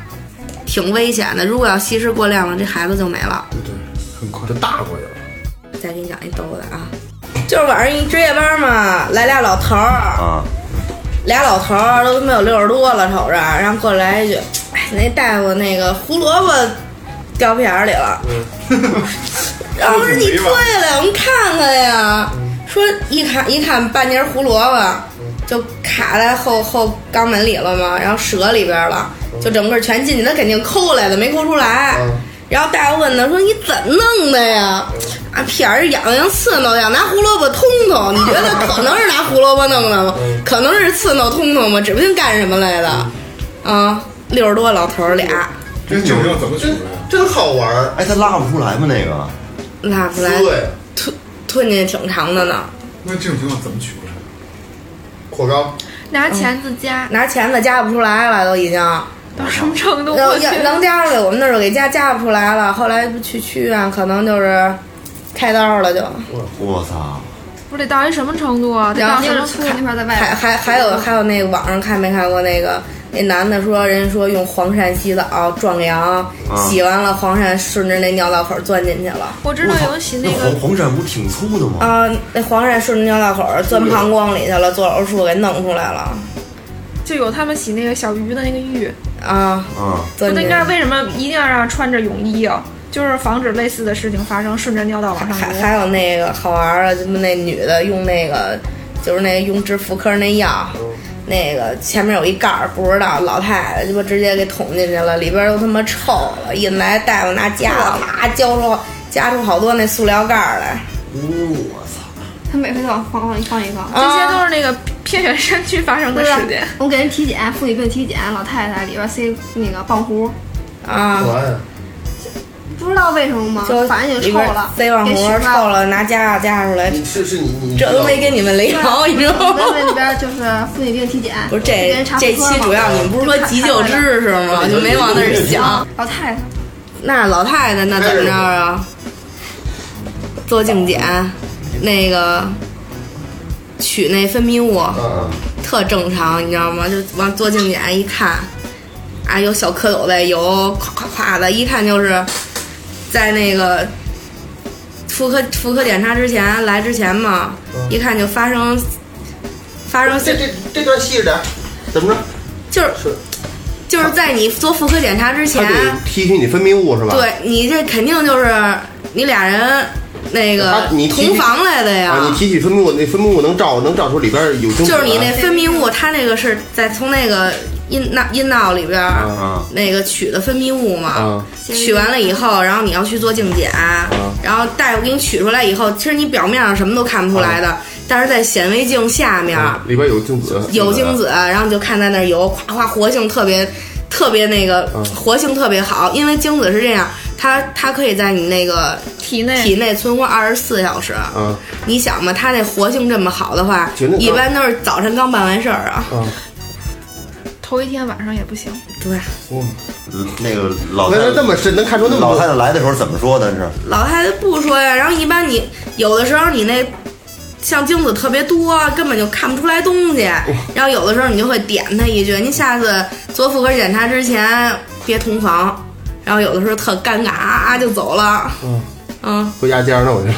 C: 挺危险的。如果要吸食过量了，这孩子就没了。
F: 对对，很快
E: 就大过去了。
C: 再给你讲一逗的啊，就是晚上一值夜班嘛，来俩老头儿，
D: 啊，
C: 俩老头儿都没有六十多了，瞅着，然后过来一句：“哎，那大夫那个胡萝卜掉屁眼儿里了。 [LAUGHS] 然后我说：“你退来，我们看看呀。”说一看一看半截胡萝卜就卡在后后肛门里了嘛，然后舌里边了，就整个全进去，他肯定抠来的，没抠出来。然后大夫问他说：“你怎么弄的呀？”啊，屁眼儿痒痒刺挠痒，拿胡萝卜通通。你觉得可能是拿胡萝卜弄的
K: [LAUGHS]
C: 吗？
K: 嗯
C: 可能是刺挠通通吗？指不定干什么来的。啊，六十多老头儿俩
K: 嗯
F: 这酒量怎么取出来的？
E: 真好玩儿，
D: 哎，他拉不出来吗？那个
C: 拉不来，
E: 对，
C: 吞吞进去挺长的呢。
F: 那这种情况怎么取出来的？
E: 扩高，
K: 拿钳子夹，
C: 拿钳子夹不出来了，都已经。
K: 到什么程度？
C: 能
K: 我去，
C: 能夹出来，我们那时候给夹夹不出来了。后来不去去医院，可能就是开刀了就，
D: 我操，
K: 不得到一什么程度啊？得
C: 然
K: 到
C: 后
K: 那
C: 就
K: 种
C: 是
K: 粗那块在外
C: 还
K: 边，
C: 还还有还有那个网上看没看过那个
H: 那男的说，人家说用黄鳝洗澡壮阳，洗完了黄鳝顺着那尿道口钻进去了。
C: 我知道有洗那个
E: 黄黄鳝不是挺粗的吗？
H: 啊，那黄鳝顺着尿道口钻膀胱里去了，做手术给弄出来了。
C: 就有他们洗那个小鱼的那个浴
H: 啊
E: 啊！
C: 我都应该为什么一定要让穿着泳衣啊？就是防止类似的事情发生，顺着尿道往上
H: 还还有那个好玩的，就是那女的用那个，就是那用治妇科那药，那个前面有一盖儿，不知道老太太鸡巴直接给捅进去了，里边都他妈臭了，一来大夫拿夹子啪夹出夹出好多那塑料盖儿来。
E: 嗯，我操！
K: 他每回都往放一放一个，
H: 啊
C: 这些都是那个偏远山区发生的事件。
K: 我给人体检，妇女病体检，老太太里边塞那个棒糊，
H: 啊，
K: 不知道为什么吗？
H: 就
K: 反正就臭了，
H: 塞网
K: 给
H: 膜
K: 熏
H: 臭了，拿夹子夹出来。
E: 是是你你
H: 这都没跟你们聊，你知道吗？
K: 我们里边就是妇女病体检，
H: 不是 [LAUGHS]
K: 给
H: 这
K: 人查
H: 这
K: 妇科
H: 期
K: 嘛
H: 主要你们不是说急救知识吗？就没往那儿想。
C: 老太太，
H: 那老太太那怎么着啊？做镜检，那个取那分泌物，
E: 嗯
H: 特正常，你知道吗？就往做镜检一看，啊，有小蝌蚪在游，咵咵咵的，一看就是在那个妇科妇科检查之前来之前嘛，一看就发生发生
E: 这这这段细着点儿，怎么着？
H: 就是就是在你做妇科检查之前
E: 他，得提取你分泌物是吧？
H: 啊对你这肯定就是你俩人那个
E: 他啊你提取
H: 同房来的呀。
E: 啊，你提取分泌物，那分泌物能照能照出里边有精子
H: 就是你
E: 来
H: 那分泌物，它那个是在从那个阴道阴道里边儿
E: 啊
H: 那个取的分泌物嘛
E: 啊，
H: 取完了以后，然后你要去做镜检，然后大夫给你取出来以后，其实你表面上什么都看不出来
E: 啊
H: 的，但是在显微镜下面
E: 里边有精子，
H: 啊有精子，然后你就看在那儿游，夸夸活性特别特别那个
E: 嗯
H: 活性特别好，因为精子是这样，它它可以在你那个
C: 体内
H: 体内存活二十四小时。
E: 啊
H: 你想嘛，它那活性这么好的话
E: 绝对，高
H: 一般都是早晨刚办完事儿啊。
E: 啊！
C: 头一天晚上也不行。
H: 对，
E: 哇，
D: 呃那个
F: 哦
D: 老太
E: 原来那么深能看出那么多
D: 老太太来的时候怎么说的是？
H: 老太太不说呀，然后一般你有的时候你那像精子特别多，根本就看不出来东西，然后有的时候你就会点她一句：“您下次做妇科检查之前别同房。”然后有的时候特尴尬啊啊就走了。
E: 嗯
H: 嗯，
E: 回家接着弄去。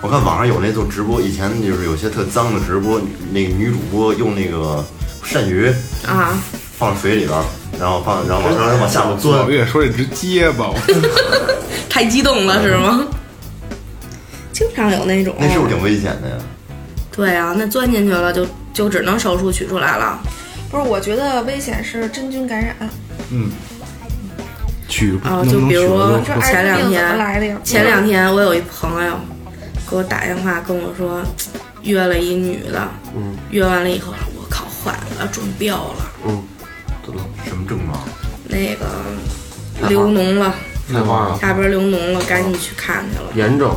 D: 我看网上有那做直播，以前就是有些特脏的直播，那个女主播用那个鳝鱼
H: 啊，
D: 放水里边儿，然后放，然后往上往下头钻
F: 我。跟你说这只结巴，
E: [LAUGHS]
F: 我
H: 太激动了是吗？经常有那种。
E: 哎
D: 那是不是挺危险的呀？
H: 对啊，那钻进去了就就只能手术取出来了。
C: 不是，我觉得危险是真菌感染，啊
F: 嗯，取
H: 啊，
F: 能
H: 就
F: 不能
H: 比
F: 取
H: 如
F: 得
C: 这艾
H: 前
C: 滋
H: 两
C: 病怎么来的呀
H: 天，？前两天我有一朋友给我打电话跟我说，约了一女的，
E: 嗯
H: 约完了以后，我靠，坏了，中标了，
E: 嗯，
D: 什么症状？
H: 那个流脓了，
E: 太花了，
H: 下边流脓了，赶紧去看去了。
E: 啊严重。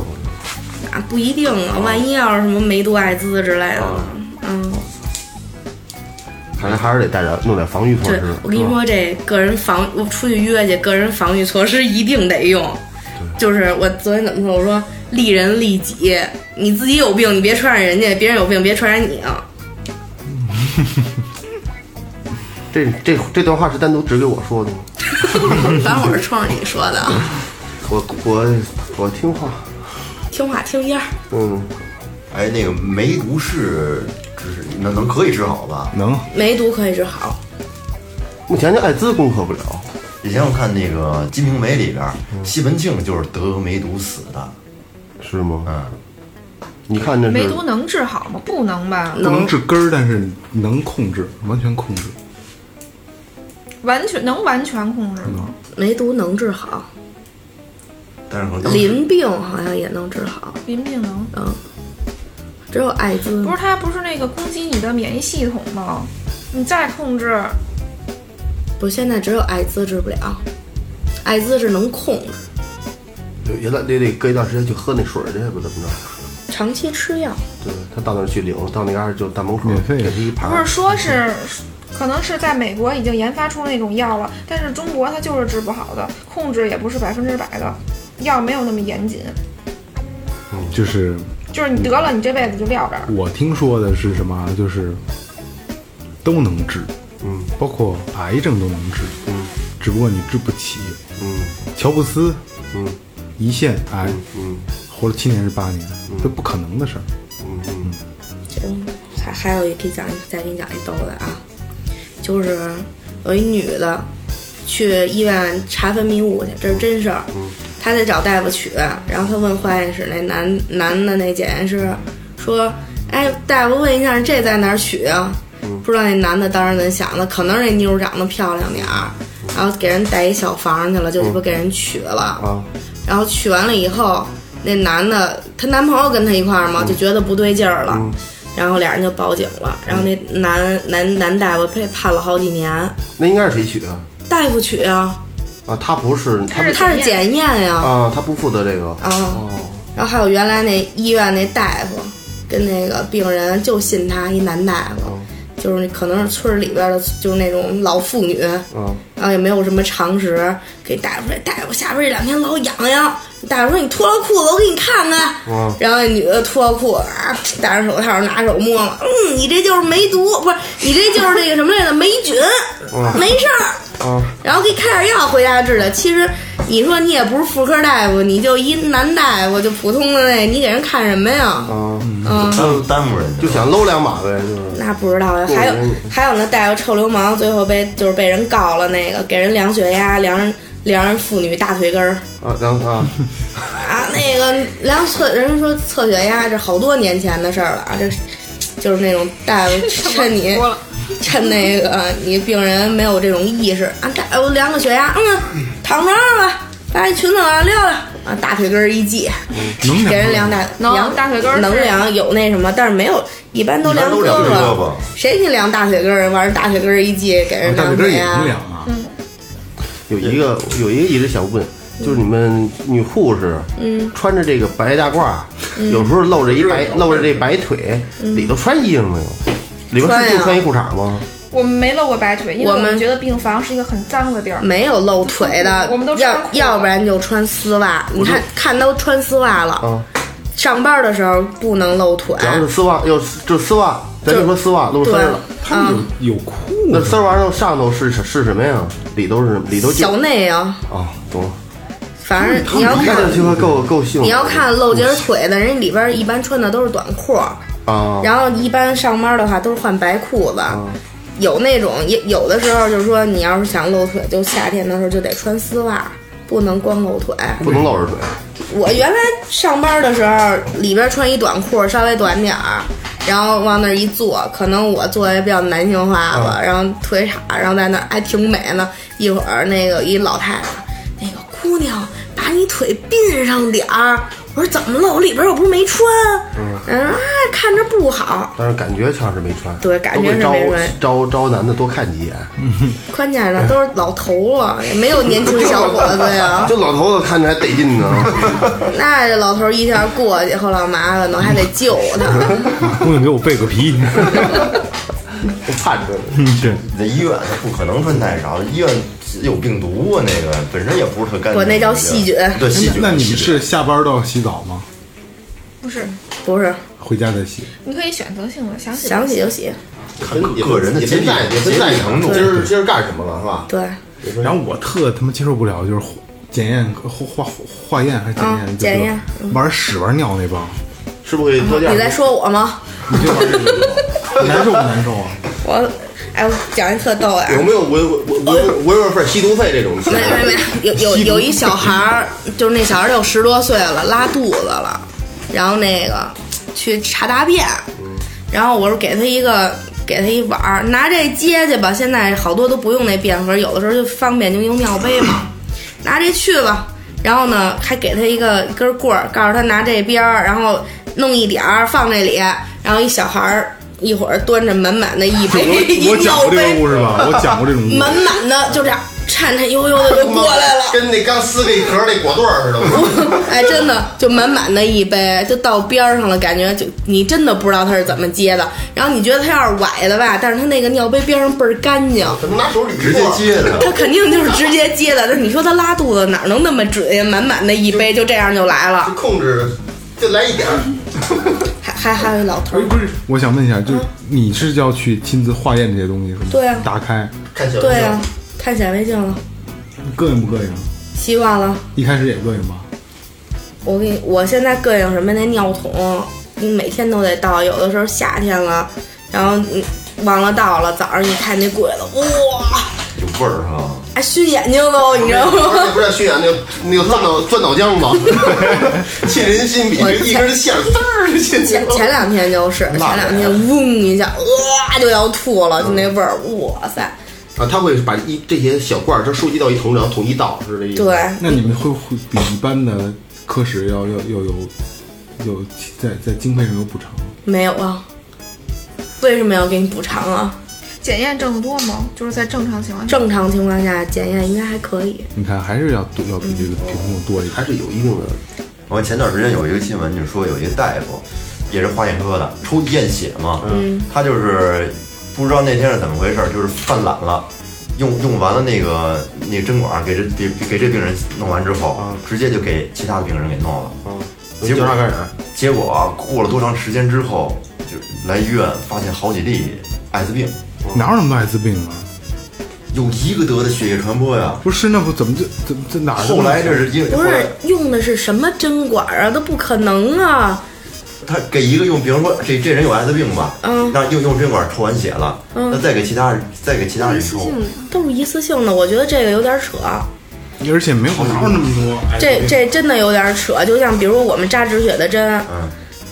H: 啊，不一定啊，
C: 哦
H: 万一要是什么梅毒、艾滋之类的呢，嗯，
E: 看来还是得带点弄点防御措
H: 对
E: 施。，
H: 我跟你说，这个人防，我出去约去，个人防御措施一定得用。就是我昨天怎么说？我说利人利己，你自己有病，你别传染人家；别人有病，别传染你
C: [LAUGHS]
H: 啊。
E: 这这这段话是单独只给我说的吗？
H: 反正我是冲着你说的，啊，
E: 我我我听话，
H: [LAUGHS] 听话听音儿。
E: 嗯，
D: 哎，那个梅毒是治能能可以治好吧？
F: 能
H: 梅毒可以治好，
C: 嗯
E: 目前这艾滋攻克不了，
D: 以前我看那个《金瓶梅》里边儿，
E: 嗯
D: 西门庆就是得梅毒死的。
E: 是吗？
D: 嗯，
E: 你看这
C: 梅
E: 是
C: 毒能治好吗？不能吧，
F: 不能治根儿，但是能控制，完全控制。
C: 完全能完全控制吗？
H: 梅毒能治好，
D: 但是可能
H: 淋病好像也能治好，
C: 淋病能。
H: 嗯，只有艾滋
C: 不是它不是那个攻击你的免疫系统吗？你再控制，
H: 不是现在只有艾滋治不了，艾滋是能控制，
E: 原来得得隔一段时间去喝那水去，不怎么着？
H: 长期吃药。
E: 对他到那儿去领，到那嘎儿就大门口
F: 免费
E: 给他一盘
C: 不
E: 儿
C: 是，说是，可能是在美国已经研发出那种药了，但是中国它就是治不好的，控制也不是百分之百的，药没有那么严谨，
F: 就是
C: 就是你得了，你这辈子就撂这儿。
F: 我听说的是什么啊？就是都能治，
E: 嗯
F: 包括癌症都能治，嗯，只不过你治不起，嗯，乔布斯，嗯，胰腺癌，嗯，活了七年是八年，这不可能的事儿，嗯嗯，
H: 真还还有一可以讲一再给你讲一逗的啊，就是有一女的去医院查分泌物去，这是真事儿，她得找大夫取，然后她问化验室那男男的那检验师说，哎，大夫问一下这在哪儿取啊？不知道那男的当时怎么想的，可能是那妞儿长得漂亮点儿，然后给人带一小房去了，就鸡巴给人取了。
E: 啊，
H: 然后取完了以后，那男的她男朋友跟她一块儿嘛，就觉得不对劲儿了，然后俩人就报警了。然后那男男男大夫被判了好几年，
E: 那应该是谁取的？
H: 大夫取啊，
E: 啊，他不是，他
H: 他是检验呀
E: 啊，他不负责这个。
H: 啊，然后还有原来那医院那大夫跟那个病人就信他，一男大夫。就是可能是村儿里边的，就是那种老妇女，
E: 嗯，
H: 然后也没有什么常识，给大夫说：“大夫，下边这两天老痒痒。”大夫说：“你脱了裤子，我给你看看。”
E: 嗯
H: 然后那女的脱了裤子啊，戴上手套，拿手摸摸，嗯，你这就是梅毒，不是你这就是那个什么来着，霉菌，
E: 嗯
H: 没事儿。
E: 啊，
H: 然后给开点药回家治疗。其实你说你也不是妇科大夫，你就一男大夫，就普通的那，你给人看什么呀？
E: 啊，
H: 嗯
D: 耽误耽误人
E: 就想搂两把呗，就是。
H: 那不知道呀，还有
E: 过敏
H: 还有那带个臭流氓，最后被就是被人告了，那个给人量血压，量人量人妇女大腿根儿
E: 啊，然后啊，
H: 啊，那个量测人家说测血压，这好多年前的事儿了啊，这就是那种大夫趁你 [LAUGHS] 趁那个你病人没有这种意识啊，大夫量个血压，嗯，躺床上吧，把这裙子往上撩撩。啊，大腿根儿一系，
F: 能
H: 给人量大
J: 嗯能
H: 量
J: 大腿根儿是
H: 能量有那什么，但是没有，一般都量胳膊，谁给你量大腿根儿？完事儿大腿根儿一系，给人
E: 大
H: 量
E: 腿根儿
H: 腿
E: 也
H: 啊
E: 能量啊有一个有一个一直想问，就是你们女护士，
H: 嗯
E: 穿着这个白大褂，
H: 嗯
E: 有时候露着一白露着这白腿，
H: 嗯
E: 里头穿衣裳没有？里边
C: 穿
E: 是
C: 呀
E: 就穿一裤衩吗？
C: 我们没露过白腿，因为
H: 我
C: 我
H: 们嗯
C: 们觉得病房是一个很脏的地儿。
H: 没有露腿的，
C: 我们都穿
H: 要要不然就穿丝袜。你看看都穿丝袜了，
E: 啊，
H: 上班的时候不能露腿。
E: 然后是丝袜，又就丝袜，咱就说丝袜露身了。
H: 对嗯
F: 有裤
E: 那丝袜上上头是是什么呀？里头是里头就
H: 小内啊，
E: 哦，懂了。
H: 反正你要
E: 一看
H: 看
E: 这鸡巴够够幸福。
H: 你要看露截儿腿的人，里边儿一般穿的都是短裤，
E: 啊，
H: 然后一般上班的话都是换白裤子。有那种也有的时候就是说，你要是想露腿，就夏天的时候就得穿丝袜，不能光露腿。
E: 不能露着腿。
H: 我原来上班的时候，里边穿一短裤，稍微短点儿，然后往那儿一坐，可能我坐的比较男性化吧，然后腿叉，然后在那儿还挺美呢。一会儿那个一老太太，那个姑娘，把你腿并上点儿。我说怎么了？我里边又不是没穿。
E: 嗯
H: 嗯啊，看着不好。
E: 但是感觉像是没穿，
H: 对感觉是
E: 都
H: 没
E: 会
H: 穿
E: 招招招男的多看几眼，。
H: 关键是都是老头了，也没有年轻小伙子呀
E: 这老头子看着还得
H: [LAUGHS]
E: 劲呢，
H: 那这老头一下过去，后老麻烦了，还得救他。
F: [LAUGHS] 姑娘给我备个皮， [LAUGHS]
E: 盼着。
F: 对，
D: 在医院不可能穿太少，医院有病毒啊，那个本身也不是特干净。
H: 不那叫细菌
D: 对细菌。
F: 那那你们
D: 细菌
F: 是下班到洗澡吗？
C: 不是，
H: 不是，
F: 回家再洗。
C: [LAUGHS] 你可以选择性的想洗
H: 想洗就洗。
D: 看个人的
E: 也
D: 洁
E: 分
D: 癖
E: 在也分在
D: 洁癖程度
E: 今儿今儿干什么了是吧？
H: 对，
F: 然后我特他妈接受不了，就是检验化化化验还是检验、
H: 嗯
F: 就是
H: 检验嗯
F: 玩屎玩尿那帮，
E: 是不是
F: 脱
H: 你在说我吗？
F: 难受不难受啊？
H: 我，哎，我讲一特逗的啊。
E: 有没有违违违违违份吸毒费这种？
H: [LAUGHS] 没没没，有有有一小孩儿，就是那小孩儿有十多岁了，拉肚子了，然后那个去查大便，然后我说给他一个给他一碗儿，拿这接去吧。现在好多都不用那便盒，有的时候就方便就用尿杯嘛，拿这去吧。然后呢，还给他一个一根棍儿，告诉他拿这边儿，然后弄一点儿放这里，然后一小孩儿。一会儿端着满满的一杯，一
F: 我我讲过这
H: 尿
F: 个
H: 杯
F: 故事吧？我讲过这种故事。
H: 满满的就这样颤颤悠悠的就过
F: [LAUGHS]
H: 来了，
E: 跟那刚撕那壳那果冻似的。
H: 哎，真的就满满的一杯，就到边儿上了，感觉就你真的不知道他是怎么接的。然后你觉得他要是崴的吧，但是他那个尿杯边上倍儿干净，
E: 怎么拿手捋
D: 直接接的
H: 他肯定就是直接接的。那你说他拉肚子哪能那么准呀？满满的一杯就这样就来了。
E: 控制就来一点儿，
H: 还还有一老头儿，
F: 不是，我想问一下，就是你是要去亲自化验这些东西是吗？
H: 对啊
F: 打开，
I: 看显
H: 对啊，看显微镜了，
F: 膈应啊不膈应？
H: 习惯了。
F: 一开始也膈应吧？
H: 我给你，我现在膈应什么？那尿桶，你每天都得倒，有的时候夏天了，然后你忘了倒了，早上一看那柜子，哇，
E: 有味儿哈、
H: 还熏眼睛都，你知道
E: 而且
H: 吗？
E: 不是熏眼那个那个钻脑钻脑浆子，沁人心比这一根线儿滋儿就进去
H: 前
E: 了。
H: 前两天就是，前两天嗡一下，哇就要吐了，就那味儿，哇塞！
E: 啊，他会把一这些小罐儿都收集到一桶，然后统一倒，是这意思。
H: 对
F: 那你们会会比一般的科室要要要有有在在经费上有补偿？
H: 没有啊，为什么要给你补偿啊？
C: 检验挣得多吗？就是在正常情况下，
H: 正常情况下检验应该还可以。
F: 你看还是要多要比这个品控多一点，
E: 还是有一定的。
D: 我前段时间有一个新闻，就是说有一个大夫，也是化验科的，抽验血嘛，
H: 嗯
D: 他就是不知道那天是怎么回事，就是犯懒了，用用完了那个那个针管给这给给这病人弄完之后，直接就给其他的病人给弄了，结果
E: 交叉感染，
D: 结果啊过了多长时间之后，就来医院发现好几例艾滋病，
F: 哪有那么多艾滋病啊？
D: 有一个得的血液传播呀，
F: 不是，那不怎么就怎么这哪儿都
D: 后来这是因为
H: 不
D: 后来
H: 是用的是什么针管啊？都不可能啊！
D: 他给一个用，比如说这这人有艾滋病吧，
H: 嗯
D: 那用用针管抽完血了，
H: 嗯
D: 那再给其他人再给其他人抽，
H: 都是一次性的，我觉得这个有点扯。
F: 而且没有哪有那么多艾滋
H: 这
F: 病。
H: 这真哎的有点扯，就像比如我们扎止血的针，
D: 嗯，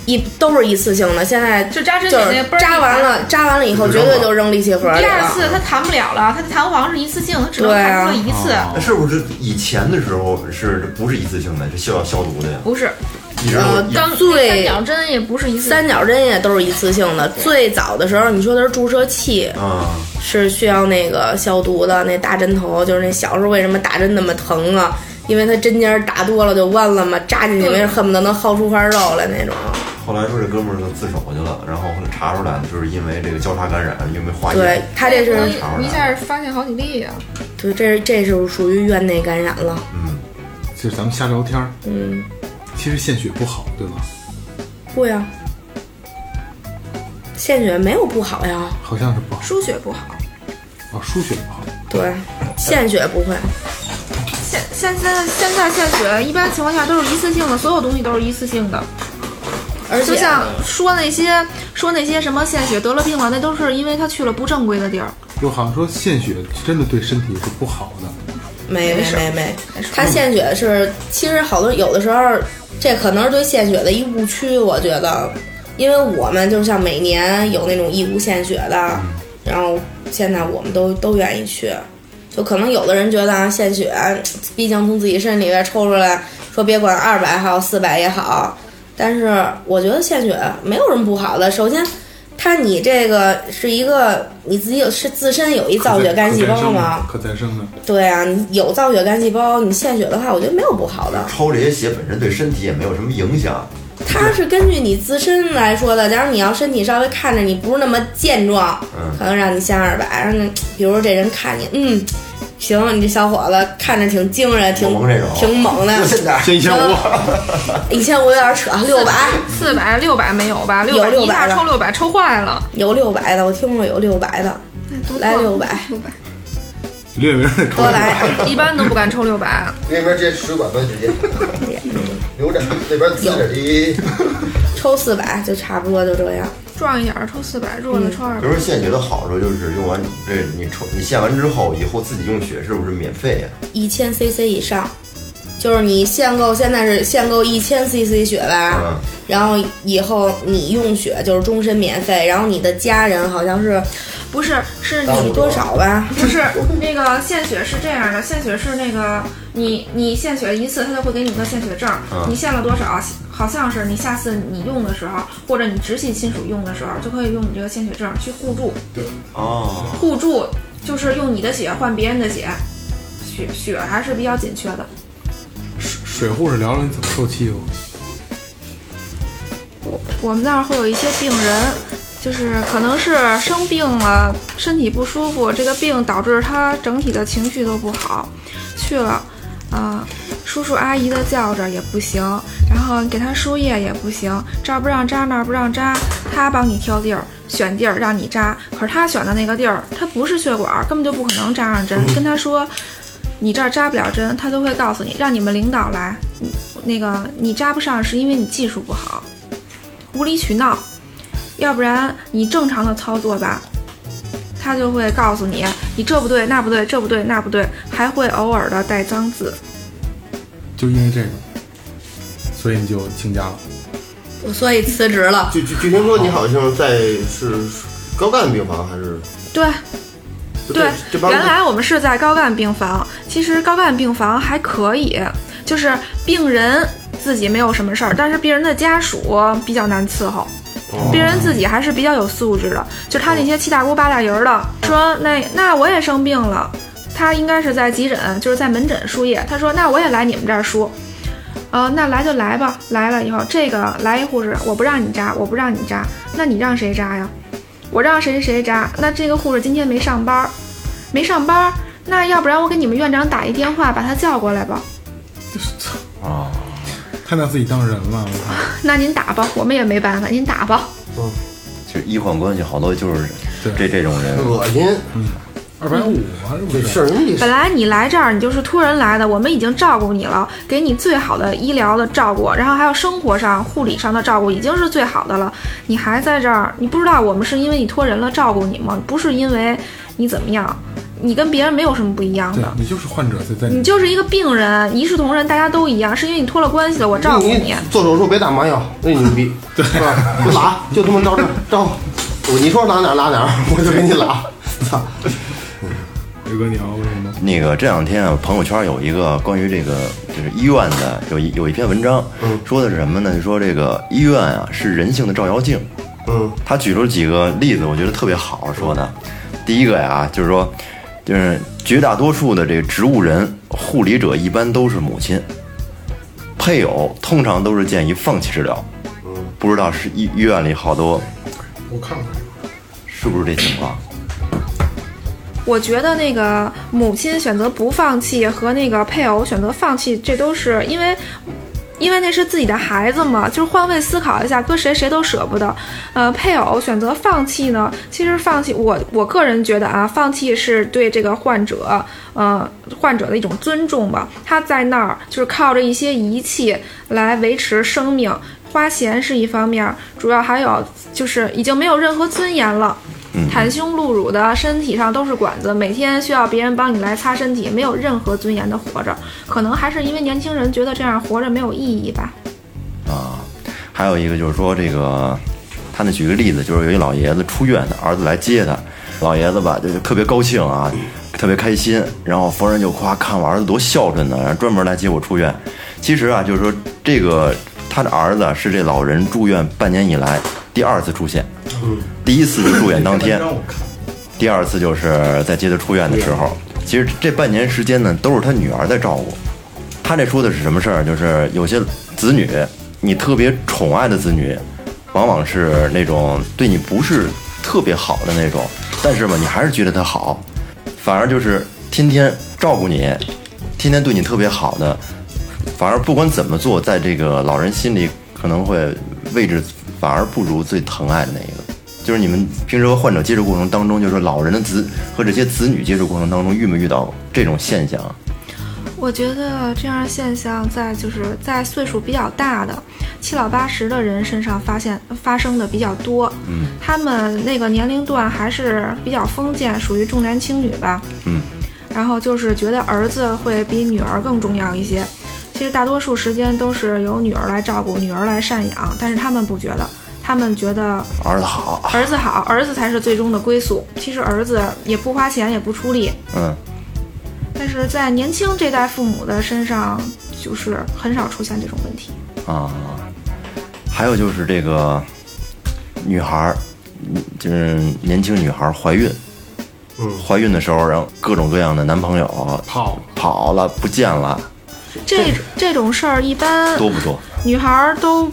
H: 一都是一次性的，现在就
C: 扎止血
H: 是
C: 那嘣儿一
H: 扎完
C: 弹
H: 了，扎完了以后绝对就扔利息盒里
C: 第二
H: 了。
C: 次它弹不了了，它的弹簧是一次性，它只能
H: 对啊
C: 弹出一次，
D: 那是不是以前的时候是不是一次性的，是需要消毒的呀？
C: 不是。
D: 一直
H: 呃
D: 一，
H: 刚
C: 三
H: 最
C: 角针也不是一次，
H: 三角针也都是一次性的。最早的时候，你说的是注射器，
D: 啊，
H: 是需要那个消毒的，那大针头就是那小时候为什么打针那么疼啊？因为它针尖儿打多了就弯了嘛，扎进去没事恨不得能薅出块肉来那种。
D: 后来说这哥们儿就自首去了，然后后来查出来了，就是因为这个交叉感染，因为化验，
H: 对他这是
D: 查出
C: 一
D: 来
C: 下
D: 了，
C: 发现好几例啊。
H: 对，这是这是属于院内感染了。
D: 嗯，
F: 就是咱们瞎聊天儿，
H: 嗯，
F: 其实献血不好，对吧？
H: 不呀，啊献血没有不好呀。
F: 好像是不好
C: 输血不好，
F: 啊，输血不好。
H: 对，献血不会。
C: 现现在现在献血一般情况下都是一次性的，所有东西都是一次性的。
H: 而且
C: 就像说那些说那些什么献血得了病了，那都是因为他去了不正规的地儿。
F: 就好像说献血真的对身体是不好的，
H: 没
C: 没
H: 没
C: 事
H: 没没，他献血是，其实好多有的时候，这可能是对献血的一误区，我觉得，因为我们就像每年有那种义务献血的，
F: 嗯
H: 然后现在我们都都愿意去，就可能有的人觉得啊，献血，毕竟从自己身里边抽出来，说别管二百也好，四百也好，但是我觉得献血没有什么不好的，首先。它你这个是一个你自己有是自身有一造血干细胞吗？
F: 可再生的，
H: 对啊，你有造血干细胞，你献血的话，我觉得没有不好的。
D: 抽这些血本身对身体也没有什么影响，
H: 它是根据你自身来说的。假如你要身体稍微看着你不是那么健壮，
D: 嗯
H: 可能让你献二百，让你比如说这人看你，嗯，行，你这小伙子看着挺精神，挺
D: 猛这种
H: 挺
D: [LAUGHS]
H: 猛的。
D: 就现在
F: 先一千五，
H: 一千五有点
D: [LAUGHS]
H: 扯，六百
C: 四百、六百没有吧？
H: 有
C: 百
H: 600
C: 一下
H: 的
C: 抽六百，抽坏了。
H: 有六百的，我听过有六百的，
K: 哎
H: 来六百，
F: 略微得抽
H: 多来。
C: 一般都不敢抽六百。
I: 那边直接水管子直接留着，那边滋着一
H: 抽四百就差不多就这样。
C: 壮一点儿抽四百，弱了抽二
D: 比
C: 百
D: 如。说献血的好处就是用完这你抽你献完之后，以后自己用血是不是免费呀、
H: 一千 CC 以上，就是你限购，现在是限购一千 CC 血吧，
D: 嗯
H: 然后以后你用血就是终身免费，然后你的家人好像是
C: 不是，是你
H: 你多少吧？
C: 不是那个献血是这样的，献血是那个你你献血一次，他就会给你一个献血证儿，
D: 嗯
C: 你献了多少，好像是你下次你用的时候，或者你直系亲属用的时候，就可以用你这个献血证儿去互助，
D: 哦，
C: 互助就是用你的血换别人的血，血血还是比较紧缺的。
F: 水护士聊聊你怎么受哦欺负，
C: 我们那儿会有一些病人，就是可能是生病了，身体不舒服，这个病导致他整体的情绪都不好，去了，啊、叔叔啊阿姨的叫着也不行，然后你给他输液也不行，这儿不让扎那儿不让扎，他帮你挑地儿、选地儿让你扎，可是他选的那个地儿，他不是血管，根本就不可能扎上针。跟他说你这儿扎不了针，他都会告诉你，让你们领导来，你那个你扎不上是因为你技术不好，无理取闹，要不然你正常的操作吧，他就会告诉你，你这不对那不对，这不对那不对，还会偶尔的带脏字。
F: 就因为这个，所以你就请假了。
H: 我所以辞职了。
E: 据据据听说你好像在是高干病房还是？
C: 对，
E: 不
C: 对，
E: 这帮
C: 原来我们是在高干病房，其实高干病房还可以，就是病人自己没有什么事儿，但是病人的家属比较难伺候。病人自己还是比较有素质的，就他那些七大姑八大姨儿的，说那那我也生病了，他应该是在急诊，就是在门诊输液。他说那我也来你们这儿输，呃，那来就来吧，来了以后这个来一护士，我不让你扎，我不让你扎，那你让谁扎呀？我让谁谁扎？那这个护士今天没上班儿，没上班儿，那要不然我给你们院长打一电话，把他叫过来吧。 [LAUGHS]
F: 啊，太拿自己当人了，我靠！
C: 那您打吧，我们也没办法，您打吧。
E: 嗯，
D: 其实医患关系好多就是这这种人，
E: 恶心。
F: 二百五啊，这
E: 事儿
C: 本来你来这儿，你就是托人来的，我们已经照顾你了，给你最好的医疗的照顾，然后还有生活上、护理上的照顾，已经是最好的了。你还在这儿，你不知道我们是因为你托人了照顾你吗？不是因为你怎么样，你跟别人没有什么不一样
F: 对
C: 的，
F: 你就是患者在在
C: 你就是一个病人，一视同仁，大家都一样，是因为你托了关系了，我照顾你。啊
E: 做手术别打麻药，那你逼，对吧？就拉，就他妈照这照，我你说拉哪儿拉哪儿，我就给你拉。操！
F: 伟哥你熬过什么？
D: 那个这两天啊，朋友圈有一个关于这个就是医院的有一有一篇文章，说的是什么呢？就说这个医院啊是人性的照妖镜。
E: 嗯，
D: 他举了几个例子，我觉得特别好说的。第一个呀，就是说，就是绝大多数的这个植物人护理者一般都是母亲，配偶通常都是建议放弃治疗。不知道是医医院里好多
F: 我看看，
D: 是不是这情况？
C: 我觉得那个母亲选择不放弃和那个配偶选择放弃，这都是因为。因为那是自己的孩子嘛，就是换位思考一下，搁谁谁都舍不得。呃，配偶选择放弃呢，其实放弃我我个人觉得啊，放弃是对这个患者，呃，患者的一种尊重吧。他在那儿就是靠着一些仪器来维持生命，花钱是一方面，主要还有就是已经没有任何尊严了。袒胸露乳的，身体上都是管子，每天需要别人帮你来擦身体，没有任何尊严的活着。可能还是因为年轻人觉得这样活着没有意义吧。
D: 啊，还有一个就是说这个，他那举个例子，就是有一老爷子出院，他儿子来接他，老爷子吧就是特别高兴啊，特别开心，然后逢人就夸看我儿子多孝顺呢，然后专门来接我出院。其实啊，就是说这个他的儿子是这老人住院半年以来第二次出现，第一次就住院当天，第二次就是在接他出院的时候。其实这半年时间呢，都是他女儿在照顾。他这说的是什么事儿？就是有些子女，你特别宠爱的子女，往往是那种对你不是特别好的那种，但是吧，你还是觉得他好，反而就是天天照顾你，天天对你特别好的，反而不管怎么做，在这个老人心里可能会位置反而不如最疼爱的那一个。就是你们平时和患者接触过程当中，就是老人的子和这些子女接触过程当中，遇没遇到这种现象？
C: 我觉得这样现象在就是在岁数比较大的七老八十的人身上发现发生的比较多。
D: 嗯
C: 他们那个年龄段还是比较封建，属于重男轻女吧。
D: 嗯。
C: 然后就是觉得儿子会比女儿更重要一些。其实大多数时间都是由女儿来照顾，女儿来赡养，但是他们不觉得，他们觉得
D: 儿子好，
C: 儿子好，儿子才是最终的归宿。其实儿子也不花钱，也不出力，
D: 嗯。
C: 但是在年轻这代父母的身上，就是很少出现这种问题。
D: 啊，还有就是这个女孩儿，嗯就是年轻女孩儿怀孕，
E: 嗯，
D: 怀孕的时候，然后各种各样的男朋友
F: 跑
D: 跑了，不
E: [LAUGHS]
D: 见了，
C: 这这种事儿一般
D: 多不多？
C: 女孩儿都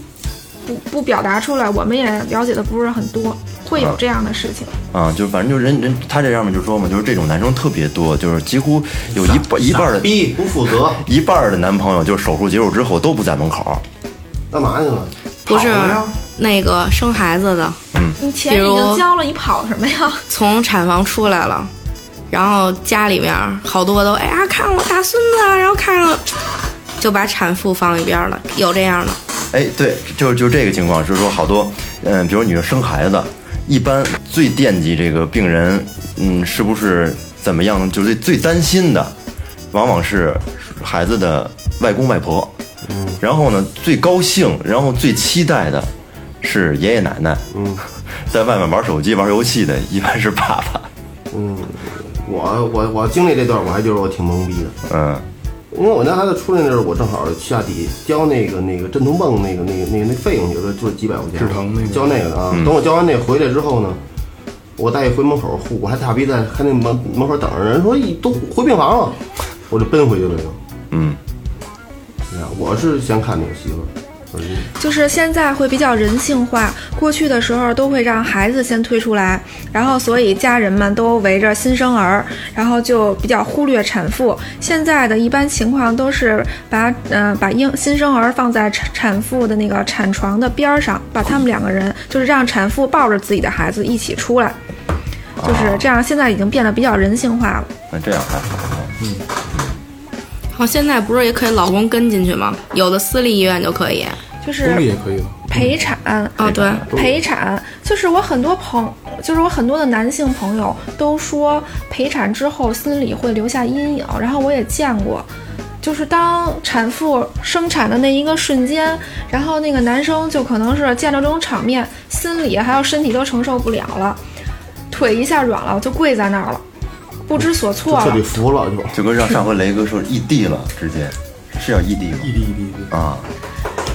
C: 不不表达出来，我们也了解的不是很多。会有这样的事情。
D: 啊，就反正就人人他这上面就说嘛，就是这种男生特别多，就是几乎有一半一半儿的
E: 逼不负责，
D: 一半儿的男朋友就是手术结束之后都不在门口，
E: 干嘛去了？
H: 不是
C: 啊
H: 那个生孩子的，
C: 你钱已经交了，你跑什么呀？
H: 从产房出来了，然后家里面好多都哎呀，看我大孙子啊，然后看着就把产妇放一边了，有这样的。
D: 哎，对，就是就这个情况，就是说好多，嗯，比如女生生孩子，一般最惦记这个病人，嗯，是不是怎么样，就是最担心的，往往是孩子的外公外婆。嗯，然后呢，最高兴，然后最期待的是爷爷奶奶。嗯，在外面玩手机、玩游戏的，一般是爸爸。
E: 嗯，我我我经历这段，我还觉得我挺懵逼的。
D: 嗯，
E: 因为我那孩子出来那阵儿，我正好下底交那个那个镇痛泵那个那个那个那费用，有时候就是几百块钱。
F: 止疼那个
E: 交那个的啊。等我交完那个回来之后呢，我大爷回门口护，我还大逼在还那门门口等着，人说咦都回病房了，我就奔回去了又。
D: 嗯，
E: 是啊，我是先看那个媳妇儿，我是
C: 就是现在会比较人性化，过去的时候都会让孩子先推出来，然后所以家人们都围着新生儿，然后就比较忽略产妇。现在的一般情况都是把嗯、呃把婴新生儿放在产产妇的那个产床的边儿上，把他们两个人就是让产妇抱着自己的孩子一起出来，就是这样。现在已经变得比较人性化了。
D: 那这样还好。嗯，
H: 好，现在不是也可以老公跟进去吗？有的私立医院就可以。
C: 就是
F: 公立也可以了。
C: 陪产啊，
H: 对，
C: 陪产就是我很多朋，就是我很多的男性朋友都说陪产之后心里会留下阴影，然后我也见过，就是当产妇生产的那一个瞬间，然后那个男生就可能是见到这种场面，心里还有身体都承受不了了，腿一下软了，就跪在那儿了，不知所措
E: 彻
C: 了
E: 底。服了就。
D: 就跟上上回雷哥说异地了，直接是要异地吗？
F: 异地异地异地。
D: 啊，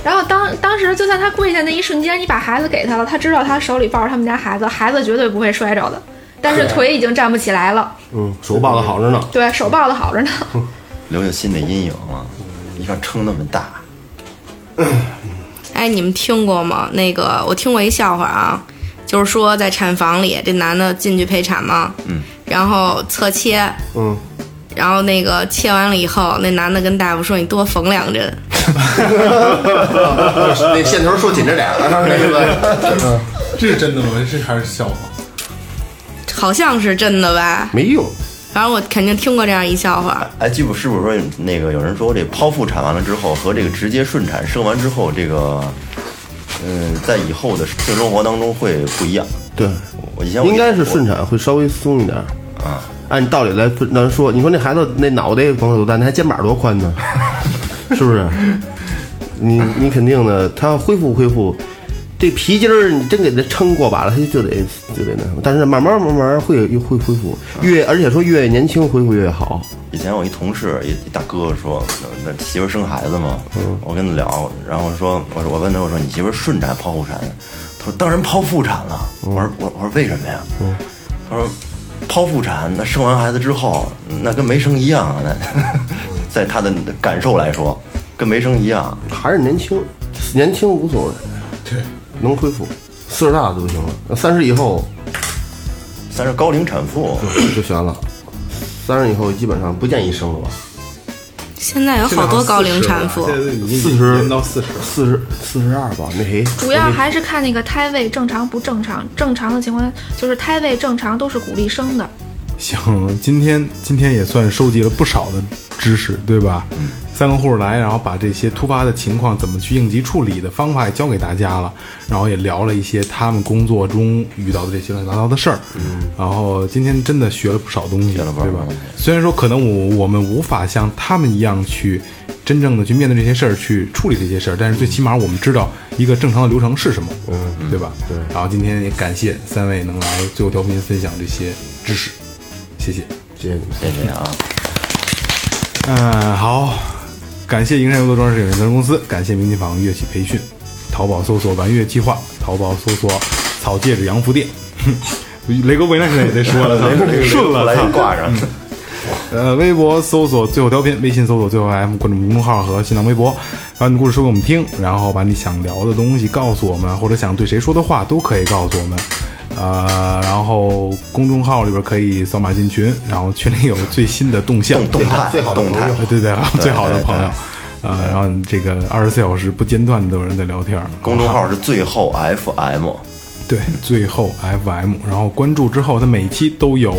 C: 然后当当时就在他跪下那一瞬间，你把孩子给他了，他知道他手里抱着他们家孩子，孩子绝对不会摔着的，但是腿已经站不起来了，
E: 嗯，手抱的好着呢。
C: 对手抱的好着呢。
D: 留下心理阴影了。一看撑那么大，
H: 哎，你们听过吗？那个我听过一笑话啊，就是说在产房里，这男的进去陪产嘛，
D: 嗯，
H: 然后侧切，
E: 嗯，
H: 然后那个切完了以后，那男的跟大夫说：“你多缝两针。
E: [LAUGHS] 那线头说紧着点儿，那个
H: 嗯
F: 这是真的吗？这还是笑话？”
H: 好像是真的吧？
E: 没用。
H: 反正我肯定听过这样一笑话。
D: 哎，记不是不是说那个有人说这剖腹产完了之后和这个直接顺产生完之后，这个嗯，在以后的性生活当中会不一样。
E: 对，
D: 我以前我
E: 应该是顺产会稍微松一点儿。
D: 啊，
E: 按道理来咱说，你说那孩子那脑袋甭说多大，那还肩膀多宽 [LAUGHS] 呢，是不是？你你肯定的，他要恢复恢复，这皮筋儿你真给他撑过把了，他就得就得那什么。但是慢慢慢慢会会恢复，越而且说越年轻恢复越好。
D: 以前我一同事一一大哥说，那那媳妇儿生孩子嘛，我跟他聊，然后说，我说我问他，我说你媳妇儿顺产剖腹产？他说当然剖腹产了。我说我我说为什么呀？他说剖腹产那生完孩子之后，那跟没生一样啊，那 [LAUGHS] 在他的感受来说，跟没生一样。
E: 还是年轻，年轻无所谓， [LAUGHS] 对，能恢复。岁数大了就不行了，三十以后
D: 咱是高龄产妇，
E: 就就悬了。三十以后基本上不建议生了吧？
H: 现在有好多高龄产妇
F: 现，在已经
E: 四十
F: 延到四十了。
E: 四十四十二吧，那谁
C: 主要还是看那个胎位正常不正常，正常的情况就是胎位正常都是鼓励生的。
F: 行，今天今天也算收集了不少的知识，对吧？三个护士来，然后把这些突发的情况怎么去应急处理的方法也教给大家了，然后也聊了一些他们工作中遇到的这些乱七八糟的事儿。然后今天真的学了不少东西，
D: 学了不
F: 嗯
D: 少
F: 对吧
D: 东西？
F: 虽然说可能我我们无法像他们一样去真正的去面对这些事儿，去处理这些事儿，但是最起码我们知道一个正常的流程是什么，嗯，对吧？对。然后今天也感谢三位能来最后调频分享这些知识。谢谢。
E: 谢谢你们。
D: 谢谢啊。
F: 嗯，好，感谢营山游乐装饰有限责任公司，感谢明琴坊乐器培训，淘宝搜索“玩乐计划”，淘宝搜索“草戒指洋服店”。 [LAUGHS] 雷哥为难现在也得说了，
D: [LAUGHS]
F: [LAUGHS] 顺了，
D: 来
F: 操
D: 就挂上。
F: 呃，微博搜索最后调频，微信搜索最后 M，关注公众号和新浪微博，把你的故事说给我们听，然后把你想聊的东西告诉我们，或者想对谁说的话都可以告诉我们。呃，然后公众号里边可以扫码进群，然后群里有最新的动向、
D: 动态最好的 [LAUGHS] 朋友
F: [LAUGHS] 对对对，
D: 对
F: 最好的
D: 对
F: 朋友，呃，然后这个二十四小时不间断的有人在聊天儿，啊
D: 公众号是最后 FM，
F: 对，最后 FM，然后关注之后，它每一期都有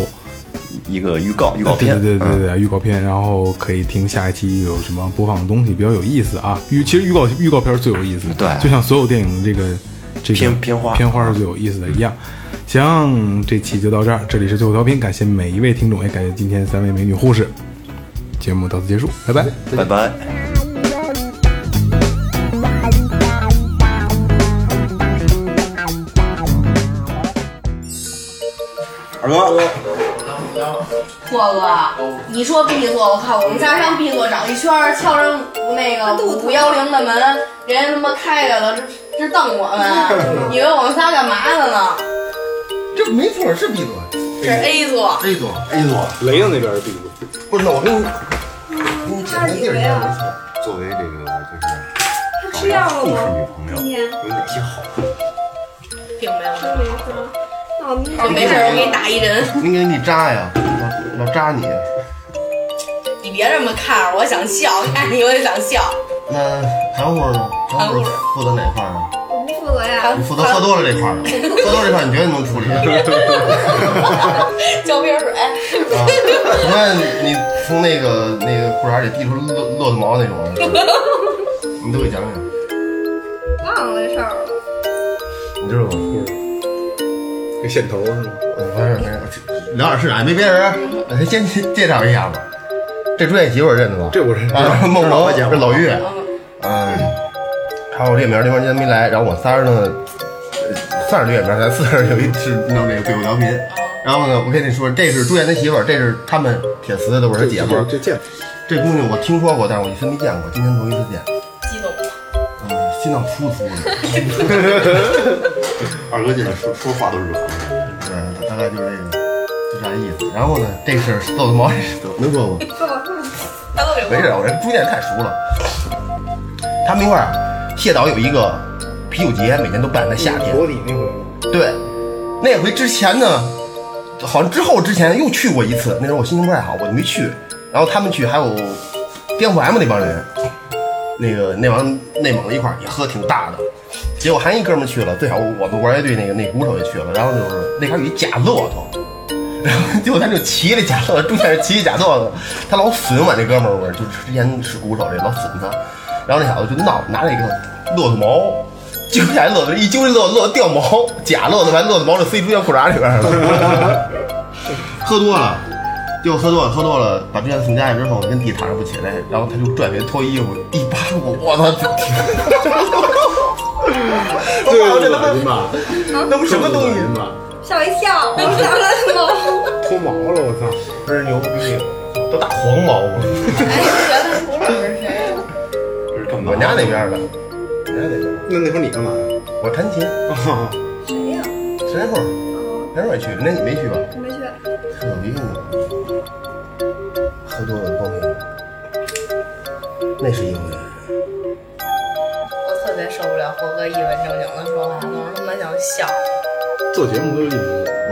D: 一个预告预告片嗯
F: 对对对对对，预告片，然后可以听下一期有什么播放的东西比较有意思啊。预其实预告预告片最有意思，
D: 对
F: 就像所有电影这个这个
D: 片片花嗯
F: 片花是最有意思的一样。行，这期就到这儿，这里是最后调频，感谢每一位听众，也感谢今天三位美女护士。节目到此结束，拜拜。
D: 拜拜。
I: 二哥，
H: 霍哥，你说闭锁，我靠，我们仨上闭锁找一圈儿，敲上那个五幺零的门，人家他妈开开了，这这瞪我们，以为我们仨干嘛的呢？
I: 这没错是 B 座
H: 这是 A 座，
I: ，A 座，A 座，
F: 雷子那边是 B 座。
I: 不是，我跟你，给你解释地儿应该没错。
J: 作为这个就是
H: 他吃药了吗？
J: 女朋友，有哪些好？
H: 并没有，
K: 没喝。那我明
H: 我没事，我给你打一针。
E: 你给你扎呀，老老扎你。
H: 你别这么看着我，我想笑，看你我也想笑。
E: 那韩护士呢？韩护士负责哪块儿啊？
K: 我不负责呀。
E: 你负责喝多了这块儿，啊喝多了这块儿你觉得你能处理？
H: [LAUGHS] 浇瓶水，
E: 啊，什么？你从那个那个裤衩里滴出骆骆驼毛那种，你都给讲讲，
K: 忘了这事儿了。
E: 你知道吗？
F: 给线头啊是吗？
E: 不
F: 哎
E: 是没有，聊点事啊，没别人，咱先介绍一下吧。这专业媳妇儿认得吧？
F: 这我认识
E: 啊，梦龙，这老岳，嗯，还有这名儿，这边今天没来，然后我仨儿呢，呃算是月名儿，咱四人有一是弄这个最后调频。
C: 嗯
E: 然后呢，我跟你说，这是朱颜的媳妇儿，这是他们铁丝的，我是姐夫。
F: 这见
E: 这姑娘我听说过，但是我一次没见过，今天头一次见，
H: 激动了。
E: 嗯，心脏突突 [LAUGHS] 的。
J: 二哥现在说说话都是软的。
E: 嗯，大概就是这个，就这意思。然后呢，这是豆子毛也是没说过，没事，我这朱建太熟了。他们一块儿，谢导有一个啤酒节，每年都办，在夏天。
F: 国礼那回吗？
E: 对，那回之前呢，好像之后之前又去过一次，那时候我心情不太好，我就没去。然后他们去，还有颠覆 M 那帮人，那个那帮内蒙的一块儿也喝挺大的。结果还一哥们儿去了，最好我们玩乐队那个那鼓手也去了，然后就是那块儿有一假骆驼，然后 [LAUGHS] 结果他就骑着假骆驼，中间是骑着假骆驼，他老损我那哥们儿，我就是之前是鼓手这老损他，然后那小子就闹，拿那个骆驼毛揪下来骆驼，一揪这骆驼骆驼掉毛，假骆驼完骆驼毛就塞猪腰裤衩里边儿了， [LAUGHS] 喝多了。结果喝多了，喝多了，把之前送家里之后，跟地躺上不起来，然后他就拽别人脱衣服，一扒我，我操！ [LAUGHS]
F: 对，这他妈
E: 那不什么东西
F: 吗？
K: 吓我一跳，我想了什么？
F: 脱毛了，我操！
E: 真是牛逼，都大黄毛了。
K: 哎啊
J: 是干嘛？
E: 我家那边的，我家那边儿
F: 那那会儿你干嘛？哦
E: 我弹琴，
K: 谁呀？
E: 谁那会儿，那会儿也去，那你没去吧？
K: 我没去。
E: 特别喝多了光明，那是一回事。
H: 我特别受不了霍哥一本正经的说话，总是他妈想笑。
F: 做节目都是一种，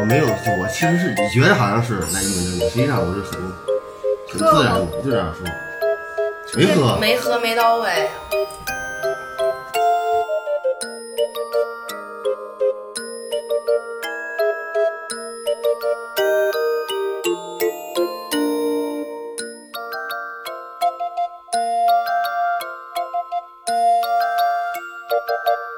E: 我没有，就我其实是你觉得好像是来一本正经，实际上我是很很自然的，就这样说，没喝。
H: 没喝没到位。
A: Thank